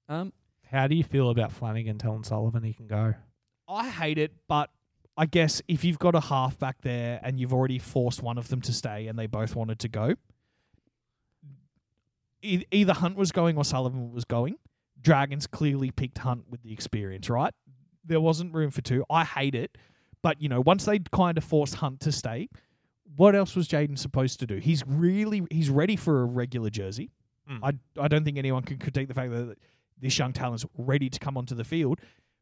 Speaker 3: Um,
Speaker 2: How do you feel about Flanagan telling Sullivan he can go?
Speaker 1: I hate it, but I guess if you've got a half back there and you've already forced one of them to stay and they both wanted to go, e- either Hunt was going or Sullivan was going. Dragons clearly picked Hunt with the experience, right? There wasn't room for two. I hate it, but you know, once they kind of forced Hunt to stay, what else was Jaden supposed to do? He's really he's ready for a regular jersey.
Speaker 2: Mm.
Speaker 1: I I don't think anyone can critique the fact that this young talent's ready to come onto the field.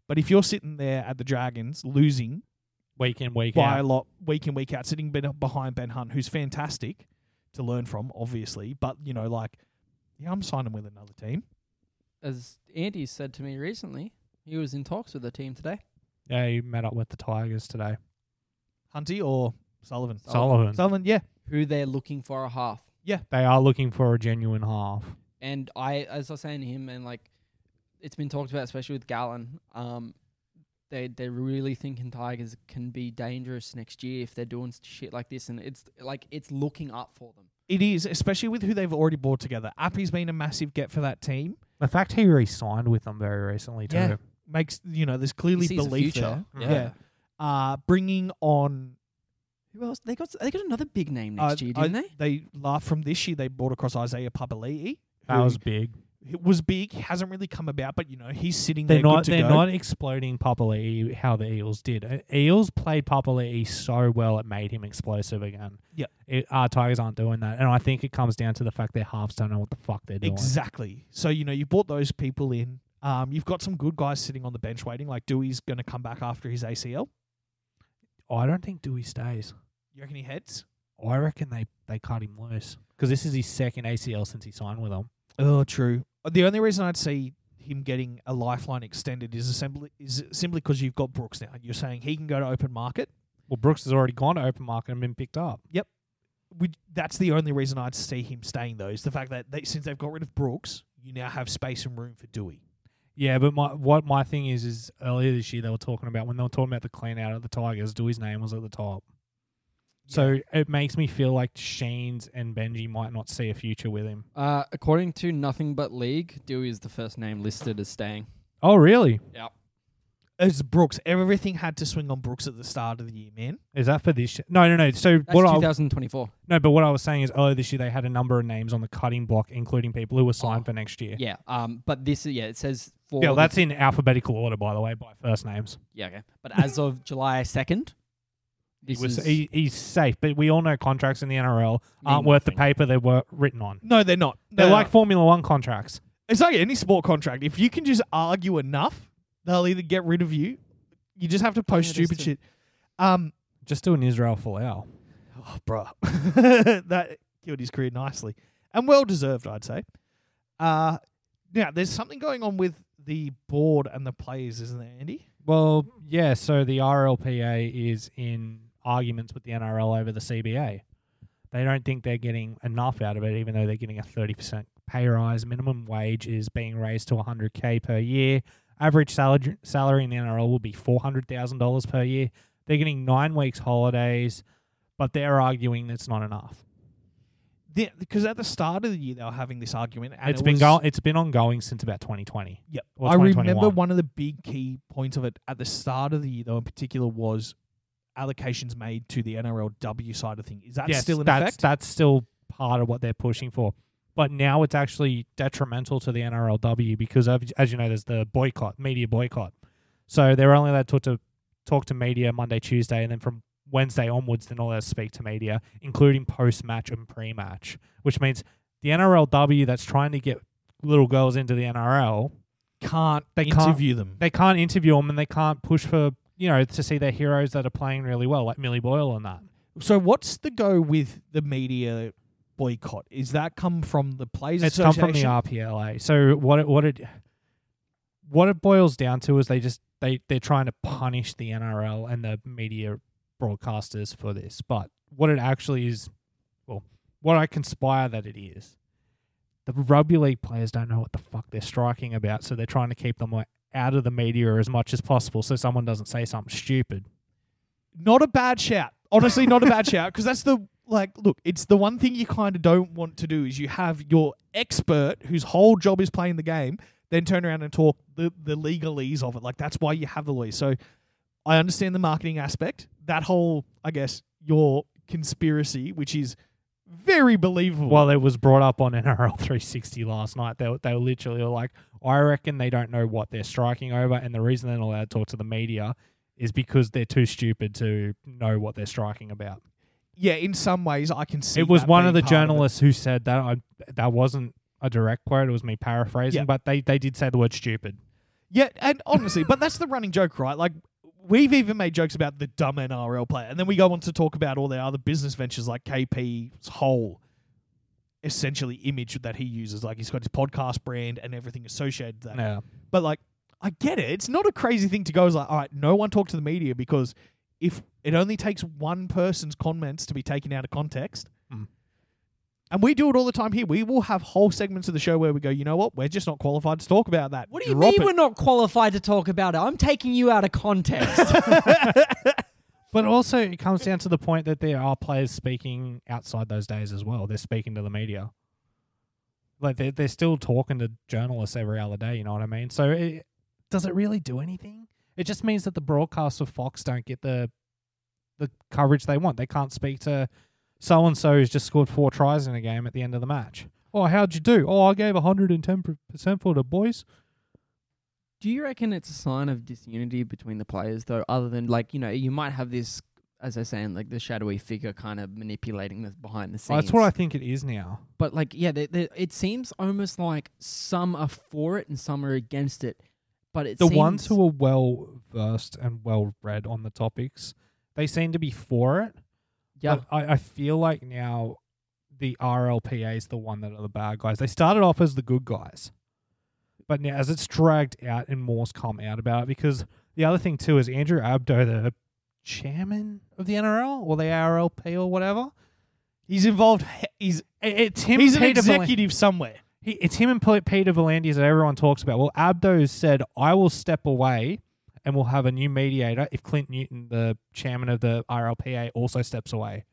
Speaker 1: But if you're sitting there at the Dragons losing
Speaker 2: week in week
Speaker 1: by a
Speaker 2: out.
Speaker 1: lot week in week out, sitting ben- behind Ben Hunt, who's fantastic to learn from, obviously. But you know, like, yeah, I'm signing with another team.
Speaker 3: As Andy said to me recently, he was in talks with the team today.
Speaker 2: Yeah, you met up with the Tigers today.
Speaker 1: Hunty or Sullivan?
Speaker 3: Oh.
Speaker 2: Sullivan.
Speaker 1: Sullivan, yeah,
Speaker 3: Who they're looking for a half.
Speaker 2: They are looking for a genuine half.
Speaker 3: And I, as I was saying to him, and like, it's been talked about, especially with Gallon. Um, they they're really thinking Tigers can be dangerous next year if they're doing shit like this, and it's like it's looking up for them.
Speaker 1: it is, especially with who they've already brought together. Appy's been a massive get for that team.
Speaker 2: The fact he re-signed with them very recently too.
Speaker 1: Yeah. Makes you know, there's
Speaker 3: He
Speaker 1: clearly
Speaker 3: sees a
Speaker 1: belief there.
Speaker 3: future.
Speaker 2: Yeah.
Speaker 1: Yeah. Uh, bringing on
Speaker 3: Who else? They got they got another big name next
Speaker 1: uh,
Speaker 3: year,
Speaker 1: I-
Speaker 3: didn't they?
Speaker 1: They laughed from this year. They brought across Isaiah Papali'i.
Speaker 2: That
Speaker 1: who
Speaker 2: was big.
Speaker 1: was big. Hasn't really come about, but you know he's sitting
Speaker 2: They're
Speaker 1: there.
Speaker 2: not
Speaker 1: good to
Speaker 2: they're
Speaker 1: go.
Speaker 2: not exploding properly how the Eels did. Uh, Eels played properly so well it made him explosive again.
Speaker 1: Yep.
Speaker 2: It, our Tigers aren't doing that. And I think it comes down to the fact their halves don't know what the fuck they're doing.
Speaker 1: Exactly. So you know you brought those people in. Um, you've got some good guys sitting on the bench waiting. Like Dewey's going to come back after his ACL.
Speaker 2: I don't think Dewey stays.
Speaker 1: You reckon he heads?
Speaker 2: I reckon they, they cut him loose. Because this is his second ACL since he signed with them.
Speaker 1: Oh, true. The only reason I'd see him getting a lifeline extended is assembly is simply because you've got Brooks now. You're saying he can go to open market.
Speaker 2: Well, Brooks has already gone to open market and been picked up.
Speaker 1: We, that's the only reason I'd see him staying though is the fact that they, since they've got rid of Brooks, you now have space and room for Dewey.
Speaker 2: Yeah, but my what my thing is is earlier this year they were talking about when they were talking about the clean out of the Tigers, Dewey's name was at the top. So it makes me feel like Sheens and Benji might not see a future with him.
Speaker 3: Uh, according to Nothing But League, Dewey is the first name listed as staying.
Speaker 2: Oh really?
Speaker 1: It's Brooks. Everything had to swing on Brooks at the start of the year, man.
Speaker 2: Is that for this year? No, no, no. So
Speaker 3: That's
Speaker 2: what I
Speaker 3: 2024.
Speaker 2: no, but what I was saying is earlier this year they had a number of names on the cutting block, including people who were signed
Speaker 3: Oh,
Speaker 2: for next year.
Speaker 3: Yeah. Um. But this, yeah, it says for.
Speaker 2: Yeah, that's in alphabetical order, by the way, by first names.
Speaker 3: yeah. Okay. But as of July second,
Speaker 2: He
Speaker 3: this
Speaker 2: was,
Speaker 3: is
Speaker 2: he, he's safe, but we all know contracts in the NRL
Speaker 3: Mean
Speaker 2: aren't worth the
Speaker 3: nothing.
Speaker 2: paper they were written on.
Speaker 1: No, they're not.
Speaker 2: They're
Speaker 1: No,
Speaker 2: like Formula One contracts.
Speaker 1: It's like any sport contract. If you can just argue enough, they'll either get rid of you. You just have to post
Speaker 3: Yeah, it is
Speaker 1: stupid
Speaker 3: too.
Speaker 1: shit. Um,
Speaker 2: Just do an Israel Folau.
Speaker 1: oh, bruh. that killed his career nicely and well deserved, I'd say. Uh, now, there's something going on with the board and the players, isn't there, Andy?
Speaker 2: Well, yeah. So the RLPA is in arguments with the NRL over the CBA. They don't think they're getting enough out of it, even though they're getting a 30% pay rise. Minimum wage is being raised to 100K per year. Average salary, salary in the NRL will be $400,000 per year. They're getting nine weeks' holidays, but they're arguing that's not enough.
Speaker 1: Because at the start of the year, they were having this argument. And
Speaker 2: it's
Speaker 1: it
Speaker 2: been
Speaker 1: was-
Speaker 2: go- It's been ongoing since about 2020.
Speaker 1: Yep.
Speaker 2: Or
Speaker 1: I remember
Speaker 2: 2021.
Speaker 1: one of the big key points of it at the start of the year, though, in particular, was allocations made to the NRLW side of thing. Is that
Speaker 2: yes,
Speaker 1: still in
Speaker 2: that's,
Speaker 1: effect?
Speaker 2: That's still part of what they're pushing for. But now it's actually detrimental to the NRLW because, of- as you know, there's the boycott, media boycott. So they're only allowed to talk to, talk to media Monday, Tuesday, and then from Wednesday onwards, they're not allowed to speak to media, including post match and pre match, which means the NRLW that's trying to get little girls into the NRL,
Speaker 1: can't
Speaker 2: They can't-
Speaker 1: interview them.
Speaker 2: they can't interview them and they can't push for, you know, to see their heroes that are playing really well, like Millie Boyle and that.
Speaker 1: So what's the go with the media boycott? Is that come from the players?
Speaker 2: It's come from the
Speaker 1: Association?
Speaker 2: RPLA. So what it, what it what it boils down to is they just they they're trying to punish the NRL and the media broadcasters for this. But what it actually is, well, what I conspire that it is, the rugby league players don't know what the fuck they're striking about, so they're trying to keep them like, out of the media as much as possible, so someone doesn't say something stupid.
Speaker 1: Not a bad shout. Honestly, not a bad shout because that's the like. Look, it's the one thing you kind of don't want to do is you have your expert whose whole job is playing the game, then turn around and talk the the legalese of it. Like that's why you have the lawyers. So I understand the marketing aspect. That whole, I guess, your conspiracy, which is very believable.
Speaker 2: Well, it was brought up on NRL 360 last night. They, were- they were literally like, I reckon they don't know what they're striking over. And the reason they're not allowed to talk to the media is because they're too stupid to know what they're striking about.
Speaker 1: yeah, in some ways, I can see
Speaker 2: it was
Speaker 1: that
Speaker 2: one of the
Speaker 1: being part it.
Speaker 2: journalists who said that. I, that wasn't a direct quote, it was me paraphrasing,
Speaker 1: Yeah.
Speaker 2: but they, they did say the word stupid.
Speaker 1: Yeah, and honestly, but that's the running joke, right? Like we've even made jokes about the dumb NRL player, and then we go on to talk about all their other business ventures, like KP's whole essentially image that he uses. Like he's got his podcast brand and everything associated with that.
Speaker 2: Yeah.
Speaker 1: But like, I get it. It's not a crazy thing to go. It's like, all right, no one talk to the media because if it only takes one person's comments to be taken out of context,
Speaker 2: Mm.
Speaker 1: and we do it all the time here. We will have whole segments of the show where we go, you know what? We're just not qualified to talk about that.
Speaker 3: What do you
Speaker 1: Drop
Speaker 3: mean
Speaker 1: it."
Speaker 3: we're not qualified to talk about it? I'm taking you out of context.
Speaker 2: But also, it comes down to the point that there are players speaking outside those days as well. They're speaking to the media. Like, they're, they're still talking to journalists every other day, you know what I mean? So, it, does it really do anything? It just means that the broadcasts of Fox don't get the the coverage they want. They can't speak to so and so who's just scored four tries in a game at the end of the match. Oh, how'd you do? Oh, I gave 110% for the boys.
Speaker 3: Do you reckon it's a sign of disunity between the players, though? Other than like you know, you might have this, as I was saying, like the shadowy figure kind of manipulating this behind the scenes.
Speaker 2: Oh, That's what I think it is now.
Speaker 3: But like, yeah, they, they, it seems almost like some are for it and some are against it. But it
Speaker 2: the
Speaker 3: seems,
Speaker 2: ones who are well versed and well read on the topics, they seem to be for it.
Speaker 3: yeah,
Speaker 2: But I, I feel like now the RLPA is the one that are the bad guys. They started off as the good guys. But now, as it's dragged out and more's come out about it, because the other thing too is Andrew Abdo, the chairman of the NRL or the RLP or whatever,
Speaker 1: He's involved. he- He's
Speaker 2: it, it's him.
Speaker 1: he's an
Speaker 2: Peter Valenti-
Speaker 1: executive somewhere.
Speaker 2: he, it's him and P- Peter Volandis that everyone talks about. Well, Abdo said, I will step away and we'll have a new mediator if Clint Newton, the chairman of the RLPA, also steps away.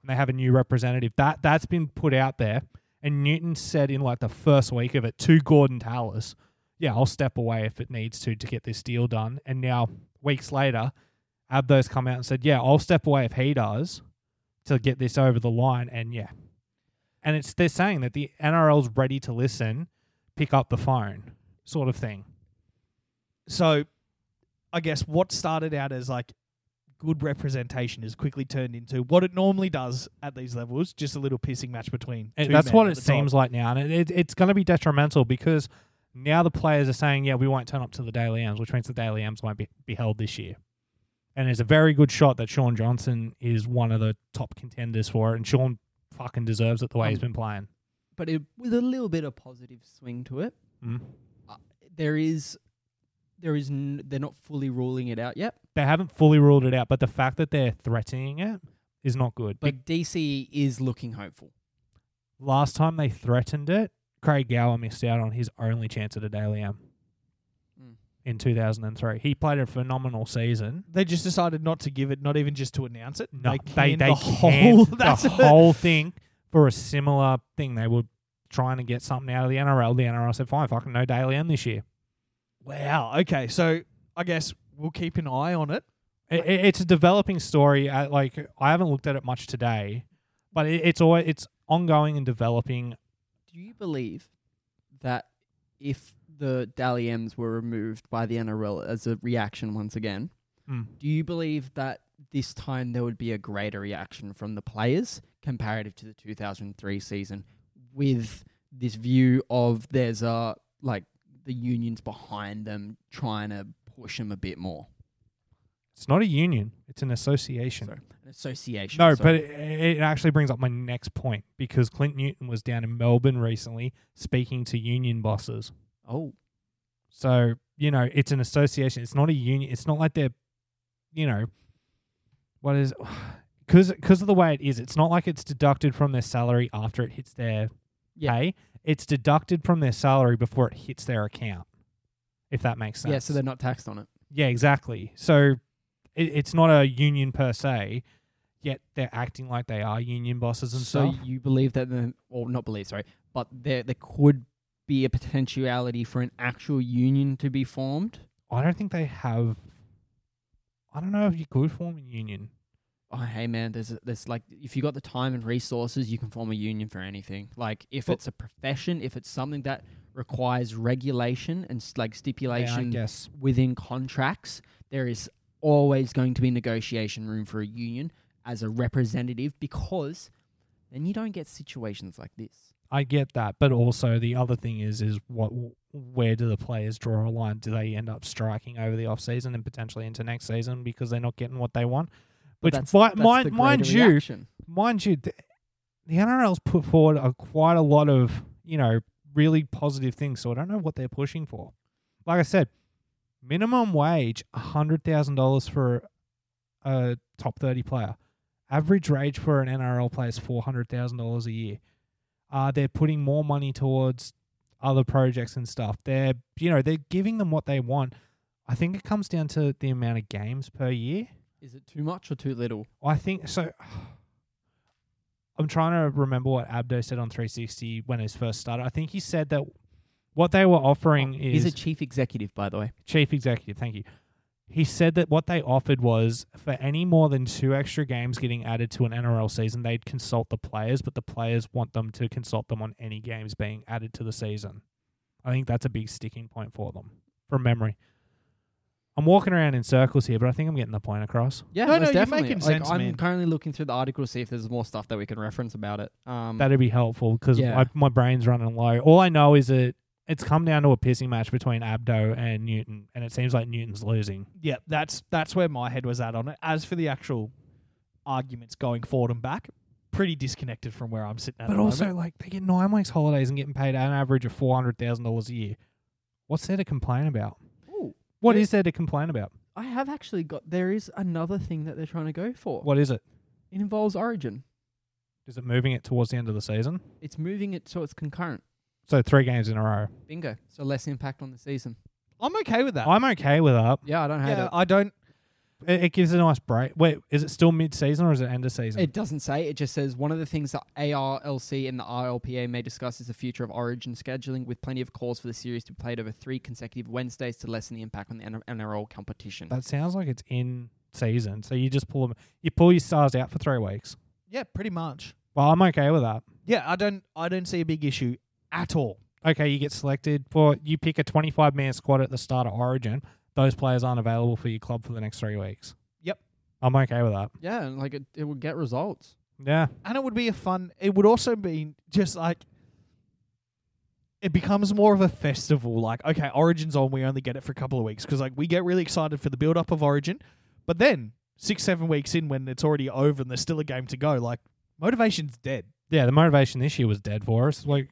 Speaker 2: And they have a new representative. That, that's been put out there. And Newton said in like the first week of it to Gordon Tallis, yeah, I'll step away if it needs to to get this deal done. And now, weeks later, Abdo's come out and said, yeah, I'll step away if he does to get this over the line. And yeah, and it's they're saying that the NRL's ready to listen, pick up the phone, sort of thing.
Speaker 1: So, I guess what started out as like good representation is quickly turned into what it normally does at these levels, just a little pissing match between.
Speaker 2: And
Speaker 1: two
Speaker 2: that's
Speaker 1: men
Speaker 2: what
Speaker 1: at
Speaker 2: it
Speaker 1: the top.
Speaker 2: seems like now, and it, it, it's going to be detrimental because now the players are saying, "Yeah, we won't turn up to the Daily M's," which means the Daily M's won't be, be held this year. And there's a very good shot that Sean Johnson is one of the top contenders for it, and Sean fucking deserves it the way he's
Speaker 3: Um,
Speaker 2: been playing.
Speaker 3: but it, with a little bit of positive swing to it.
Speaker 2: Mm.
Speaker 3: There is, there is, n- they're not fully ruling it out yet.
Speaker 2: They haven't fully ruled it out, but the fact that they're threatening it is not good. Be-
Speaker 3: But DC is looking hopeful.
Speaker 2: last time they threatened it, Craig Gower missed out on his only chance at a Daily M
Speaker 1: Hmm.
Speaker 3: Mm.
Speaker 2: in 2003. He played a phenomenal season.
Speaker 1: They just decided not to give it, not even just to announce it.
Speaker 2: No, they,
Speaker 1: canned
Speaker 2: they
Speaker 1: the whole
Speaker 2: canned
Speaker 1: that's
Speaker 2: the whole thing for a similar thing. They were trying to get something out of the NRL. The NRL said, fine, fucking no Daily M this year.
Speaker 1: Wow. Okay. So I guess we'll keep an eye on it.
Speaker 2: It, it- it's a developing story. I, like I haven't looked at it much today, but it, it's always, it's ongoing and developing.
Speaker 3: Do you believe that if the Dally M's were removed by the NRL as a reaction once again,
Speaker 2: Mm.
Speaker 3: do you believe that this time there would be a greater reaction from the players comparative to the 2003 season with this view of there's a like the unions behind them trying to push them a bit more?
Speaker 2: It's not a union. It's an association.
Speaker 3: Sorry, an association.
Speaker 2: No,
Speaker 3: sorry.
Speaker 2: but it, it actually brings up my next point because Clint Newton was down in Melbourne recently speaking to union bosses.
Speaker 3: oh,
Speaker 2: So, you know, it's an association. It's not a union. It's not like they're, you know, what is, because of the way it is, it's not like it's deducted from their salary after it hits their
Speaker 3: Yeah.
Speaker 2: pay. It's deducted from their salary before it hits their account, if that makes sense.
Speaker 3: yeah, so they're not taxed on it.
Speaker 2: Yeah, exactly. So it, it's not a union per se, yet they're acting like they are union bosses and
Speaker 3: so
Speaker 2: stuff.
Speaker 3: you believe that the or not believe sorry but there there could be a potentiality for an actual union to be formed
Speaker 2: I don't think they have. I don't know if you could form a union.
Speaker 3: oh hey man there's there's like if you got the time and resources you can form a union for anything like if
Speaker 2: Well-
Speaker 3: it's a profession if it's something that requires regulation and s- like
Speaker 2: Yeah, I
Speaker 3: stipulation
Speaker 2: guess.
Speaker 3: within contracts there is always going to be negotiation room for a union as a representative because then you don't get situations like this
Speaker 2: I get that, but also the other thing is, is what where do the players draw a line? Do they end up striking over the off season and potentially into next season because they're not getting what they want? Which,
Speaker 3: That's-
Speaker 2: fi-
Speaker 3: that's the
Speaker 2: mind, mind
Speaker 3: greater
Speaker 2: you,
Speaker 3: reaction.
Speaker 2: mind you, the, the NRL's put forward a, quite a lot of you know really positive things. So I don't know what they're pushing for. Like I said, minimum wage hundred thousand dollars for a top thirty player. Average wage for an NRL player is four hundred thousand dollars a year. Uh, they're putting more money towards other projects and stuff. They're you know they're giving them what they want. I think it comes down to the amount of games per year.
Speaker 3: Is it too much or too little?
Speaker 2: I think so. I'm trying to remember what Abdo said on 360 when his first started. I think he said that what they were offering
Speaker 3: Oh, He's
Speaker 2: is
Speaker 3: a chief executive, by the way.
Speaker 2: chief executive. Thank you. He said that what they offered was for any more than two extra games getting added to an NRL season, they'd consult the players, but the players want them to consult them on any games being added to the season. I think that's a big sticking point for them from memory. I'm walking around in circles here, but I think I'm getting the point across.
Speaker 3: Yeah,
Speaker 1: No,
Speaker 3: most
Speaker 1: no, you're
Speaker 3: definitely.
Speaker 1: making
Speaker 3: like,
Speaker 1: sense,
Speaker 3: I'm
Speaker 1: man.
Speaker 3: currently looking through the article to see if there's more stuff that we can reference about it. Um,
Speaker 2: That'd be helpful because
Speaker 3: Yeah.
Speaker 2: my brain's running low. All I know is that it's come down to a pissing match between Abdo and Newton, and it seems like Newton's losing.
Speaker 1: yeah, that's that's where my head was at on it. As for the actual arguments going forward and back, pretty disconnected from where I'm sitting at.
Speaker 2: But
Speaker 1: the
Speaker 2: also,
Speaker 1: moment.
Speaker 2: like, they get nine weeks' holidays and getting paid an average of $400,000 a year. What's there to complain about?
Speaker 3: ooh,
Speaker 2: What is
Speaker 3: Yeah.
Speaker 2: there to complain about?
Speaker 3: I have actually got. There is another thing that they're trying to go for.
Speaker 2: What is it?
Speaker 3: It involves Origin.
Speaker 2: Is it moving it towards the end of the season?
Speaker 3: It's moving it so it's concurrent.
Speaker 2: So, three games in a row.
Speaker 3: Bingo. So less impact on the season.
Speaker 1: I'm okay with that.
Speaker 2: I'm okay with that.
Speaker 3: Yeah, I don't hate
Speaker 1: yeah, I don't.
Speaker 2: It, it gives a nice break. Wait, is it still mid season or is it end of
Speaker 3: it.
Speaker 2: season?
Speaker 3: It doesn't say. It just says one of the things that ARLC and the RLPA may discuss is the future of Origin scheduling, with plenty of calls for the series to be played over three consecutive Wednesdays to lessen the impact on the N- NRL competition.
Speaker 2: that sounds like it's in season. So, you just pull them, you pull your stars out for three weeks.
Speaker 1: Yeah, pretty much.
Speaker 2: Well, I'm okay with that.
Speaker 1: Yeah, I don't. I don't see a big issue at all.
Speaker 2: Okay, you get selected for you pick a 25 man squad at the start of Origin. Those players aren't available for your club for the next three weeks.
Speaker 1: Yep.
Speaker 2: I'm okay with that.
Speaker 3: yeah, and like it, it would get results.
Speaker 2: Yeah,
Speaker 1: and it would be a fun. It would also be just like it becomes more of a festival. Like, okay, Origin's on. We only get it for a couple of weeks because like we get really excited for the build up of Origin, but then six, seven weeks in when it's already over and there's still a game to go, like motivation's dead.
Speaker 2: yeah. The motivation this year was dead for us. Like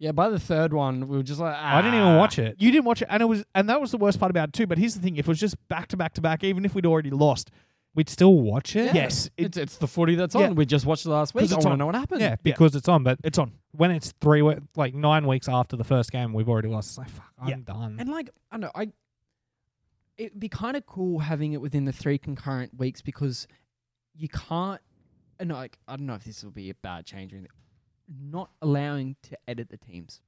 Speaker 3: Yeah, by the third one, we were just like,
Speaker 2: I didn't even
Speaker 3: "Ah."
Speaker 2: watch it.
Speaker 1: You didn't watch it, and it was, and that was the worst part about it too. But here's the thing: if it was just back to back to back, even if we'd already lost,
Speaker 2: We'd still watch it.
Speaker 3: Yeah.
Speaker 1: yes, it,
Speaker 3: It's, it's the footy that's
Speaker 1: Yeah.
Speaker 3: on. We just watched it last week.
Speaker 1: 'Cause
Speaker 3: I
Speaker 1: it's
Speaker 3: want to
Speaker 1: on.
Speaker 3: know what happened.
Speaker 2: Yeah, because it's on. But
Speaker 1: it's on.
Speaker 2: when it's three, we- like nine weeks after the first game, we've already lost. It's like fuck, I'm
Speaker 1: Yeah.
Speaker 2: done.
Speaker 3: And like, I don't know, I it'd be kind of cool having it within the three concurrent weeks because you can't and like I don't know if this will be a bad change or anything. Not allowing to edit the teams.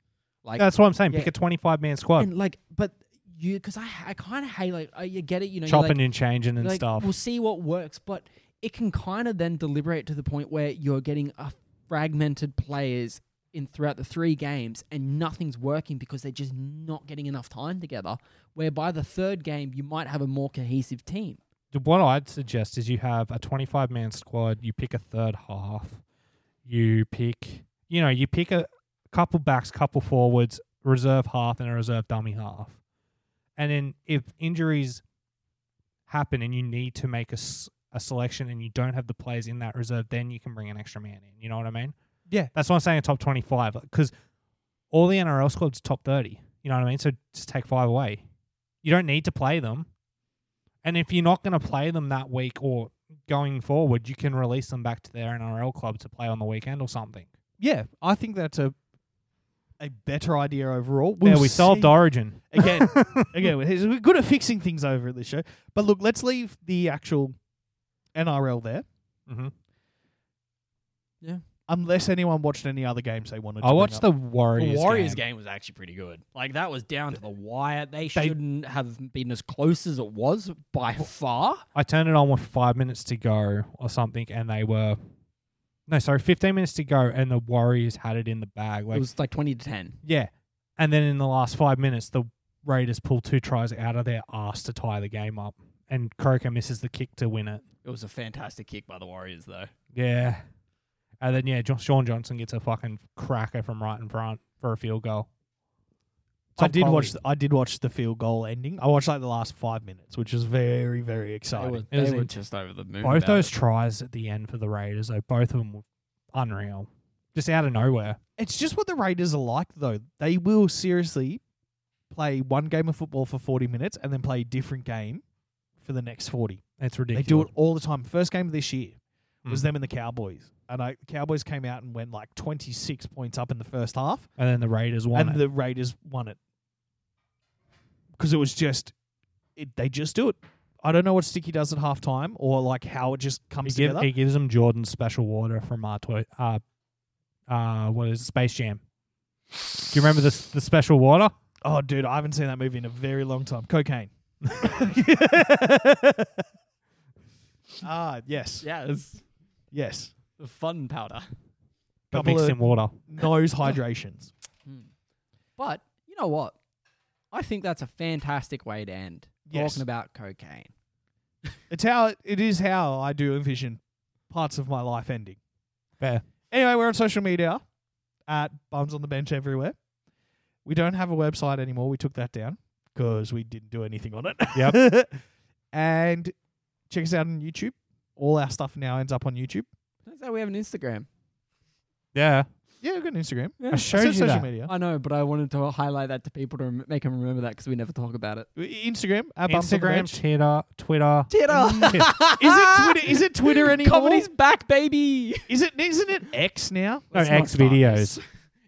Speaker 3: Like
Speaker 2: That's what I'm saying.
Speaker 3: Yeah.
Speaker 2: Pick a 25 man squad,
Speaker 3: and like but you because I I kind of hate like I, you get it you know you're
Speaker 2: chopping
Speaker 3: like,
Speaker 2: and changing and
Speaker 3: like,
Speaker 2: stuff.
Speaker 3: We'll see what works, but it can kind of then deliberate to the point where you're getting a fragmented players in throughout the three games and nothing's working because they're just not getting enough time together. Where by the third game you might have a more cohesive team.
Speaker 2: what I'd suggest is you have a 25 man squad, you pick a third half, you pick, you know, you pick a couple backs, couple forwards, reserve half, and a reserve dummy half. And then if injuries happen and you need to make a, s- a selection and you don't have the players in that reserve, then you can bring an extra man in. You know what I mean?
Speaker 1: Yeah.
Speaker 2: That's why I'm saying a top 25 because all the NRL squad's top 30. You know what I mean? So just take five away. You don't need to play them. And if you're not going to play them that week or going forward, you can release them back to their NRL club to play on the weekend or something.
Speaker 1: Yeah, I think that's a a better idea overall.
Speaker 2: Yeah,
Speaker 1: We'll
Speaker 2: we solved
Speaker 1: see.
Speaker 2: Origin.
Speaker 1: again, again, we're- we're good at fixing things over at this show. But look, let's leave the actual NRL there,
Speaker 2: hmm
Speaker 1: unless anyone watched any other games they wanted.
Speaker 2: I
Speaker 1: to bring
Speaker 2: watched
Speaker 1: up.
Speaker 2: the Warriors. game.
Speaker 3: was actually pretty good. Like that was down to the wire. They,
Speaker 2: shouldn't
Speaker 3: have been as close as it was by far.
Speaker 2: I turned it on with five minutes to go or something, and they were no, sorry, fifteen minutes to go, and the Warriors had it in the bag. Like
Speaker 3: it was like twenty to ten.
Speaker 2: yeah, and then in the last five minutes, the Raiders pull two tries out of their ass to tie the game up, and Croker misses the kick to win it.
Speaker 3: It was a fantastic kick by the Warriors though.
Speaker 2: Yeah, and then yeah, jo- Sean Johnson gets a fucking cracker from right in front for a field goal.
Speaker 1: I
Speaker 2: Top
Speaker 1: did watch.
Speaker 2: quality.
Speaker 1: The, I did watch the field goal ending. I watched like the last five minutes, which was very, very
Speaker 3: They
Speaker 1: exciting.
Speaker 3: were,
Speaker 2: It was
Speaker 3: they were
Speaker 2: int-
Speaker 3: just over the moon.
Speaker 2: Both
Speaker 3: about
Speaker 2: those
Speaker 3: it.
Speaker 2: tries at the end for the Raiders, though, both of them were unreal. Just out of nowhere.
Speaker 1: It's just what the Raiders are like, though. They will seriously play one game of football for forty minutes and then play a different game for the next forty.
Speaker 2: It's
Speaker 1: They
Speaker 2: ridiculous.
Speaker 1: do it all the time. First game of this year was
Speaker 2: Mm.
Speaker 1: them and the Cowboys, and I, the Cowboys came out and went like twenty six points up in the first half,
Speaker 2: and then the Raiders won.
Speaker 1: and
Speaker 2: it.
Speaker 1: the Raiders won it because it was just it, they just do it. I don't know what Sticky does at halftime or like how it just
Speaker 2: he,
Speaker 1: comes
Speaker 2: give,
Speaker 1: together.
Speaker 2: he gives them Jordan's special water from our toy, uh, uh, what is it? Space Jam. Do you remember this the special water?
Speaker 1: Oh, dude, I haven't seen that movie in a very long time. Cocaine. ah, yes,
Speaker 3: Yeah, it's
Speaker 1: yes.
Speaker 3: the fun powder.
Speaker 2: But
Speaker 1: Couple
Speaker 2: mixed
Speaker 1: of-
Speaker 2: in water.
Speaker 1: Nose hydrations.
Speaker 3: But you know what? I think that's a fantastic way to end
Speaker 1: Yes.
Speaker 3: talking about cocaine.
Speaker 1: It's how it is how I do envision parts of my life ending.
Speaker 2: Fair.
Speaker 1: Anyway, we're on social media at Bums on the Bench everywhere. We don't have a website anymore. We took that down because we didn't do anything on it. Yep. and check us out on YouTube. All our stuff now ends up on YouTube.
Speaker 3: Turns out we have an Instagram.
Speaker 2: Yeah.
Speaker 1: Yeah, we've got an Instagram.
Speaker 3: Yeah.
Speaker 2: I
Speaker 1: It's
Speaker 2: showed
Speaker 1: on
Speaker 2: you
Speaker 1: social
Speaker 2: that.
Speaker 1: media. Uh,
Speaker 3: I know, but I wanted to highlight that to people to rem- make them remember that because we never talk about it.
Speaker 1: Instagram at Bums on the
Speaker 2: Instagram, Ah!
Speaker 1: Bench.
Speaker 2: Twitter, Twitter.
Speaker 3: Titter!
Speaker 1: Is it Twitter? Is it Twitter anymore?
Speaker 3: Mm. Comedy's back, baby!
Speaker 1: Is it? Isn't it X now?
Speaker 2: No,
Speaker 3: Let's not
Speaker 2: X
Speaker 3: start
Speaker 2: videos.
Speaker 3: this.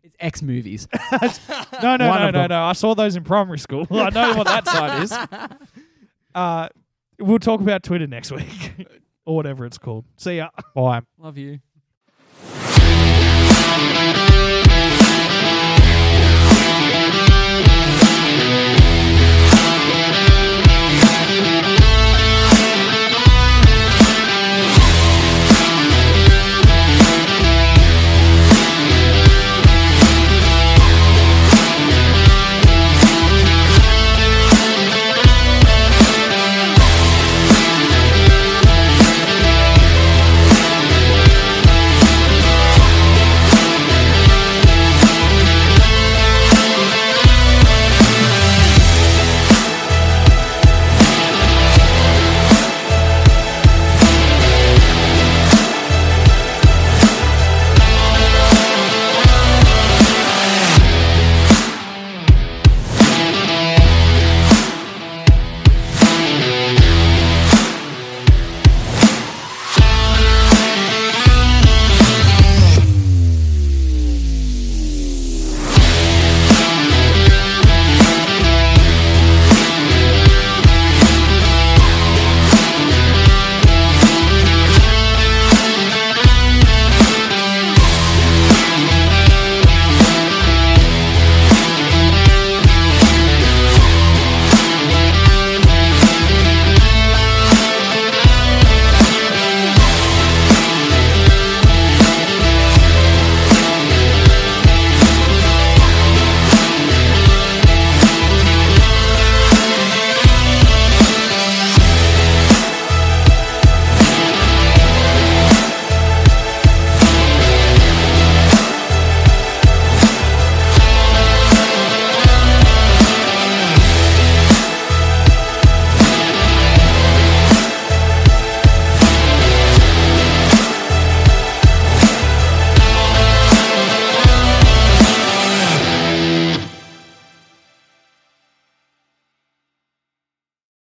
Speaker 3: It's X movies.
Speaker 1: No, no,
Speaker 2: One
Speaker 1: no,
Speaker 2: of
Speaker 1: no,
Speaker 2: them.
Speaker 1: no. I saw those in primary school. I know what that site is. Uh, we'll talk about Twitter next week or whatever it's called. See ya.
Speaker 2: Bye.
Speaker 3: Love you.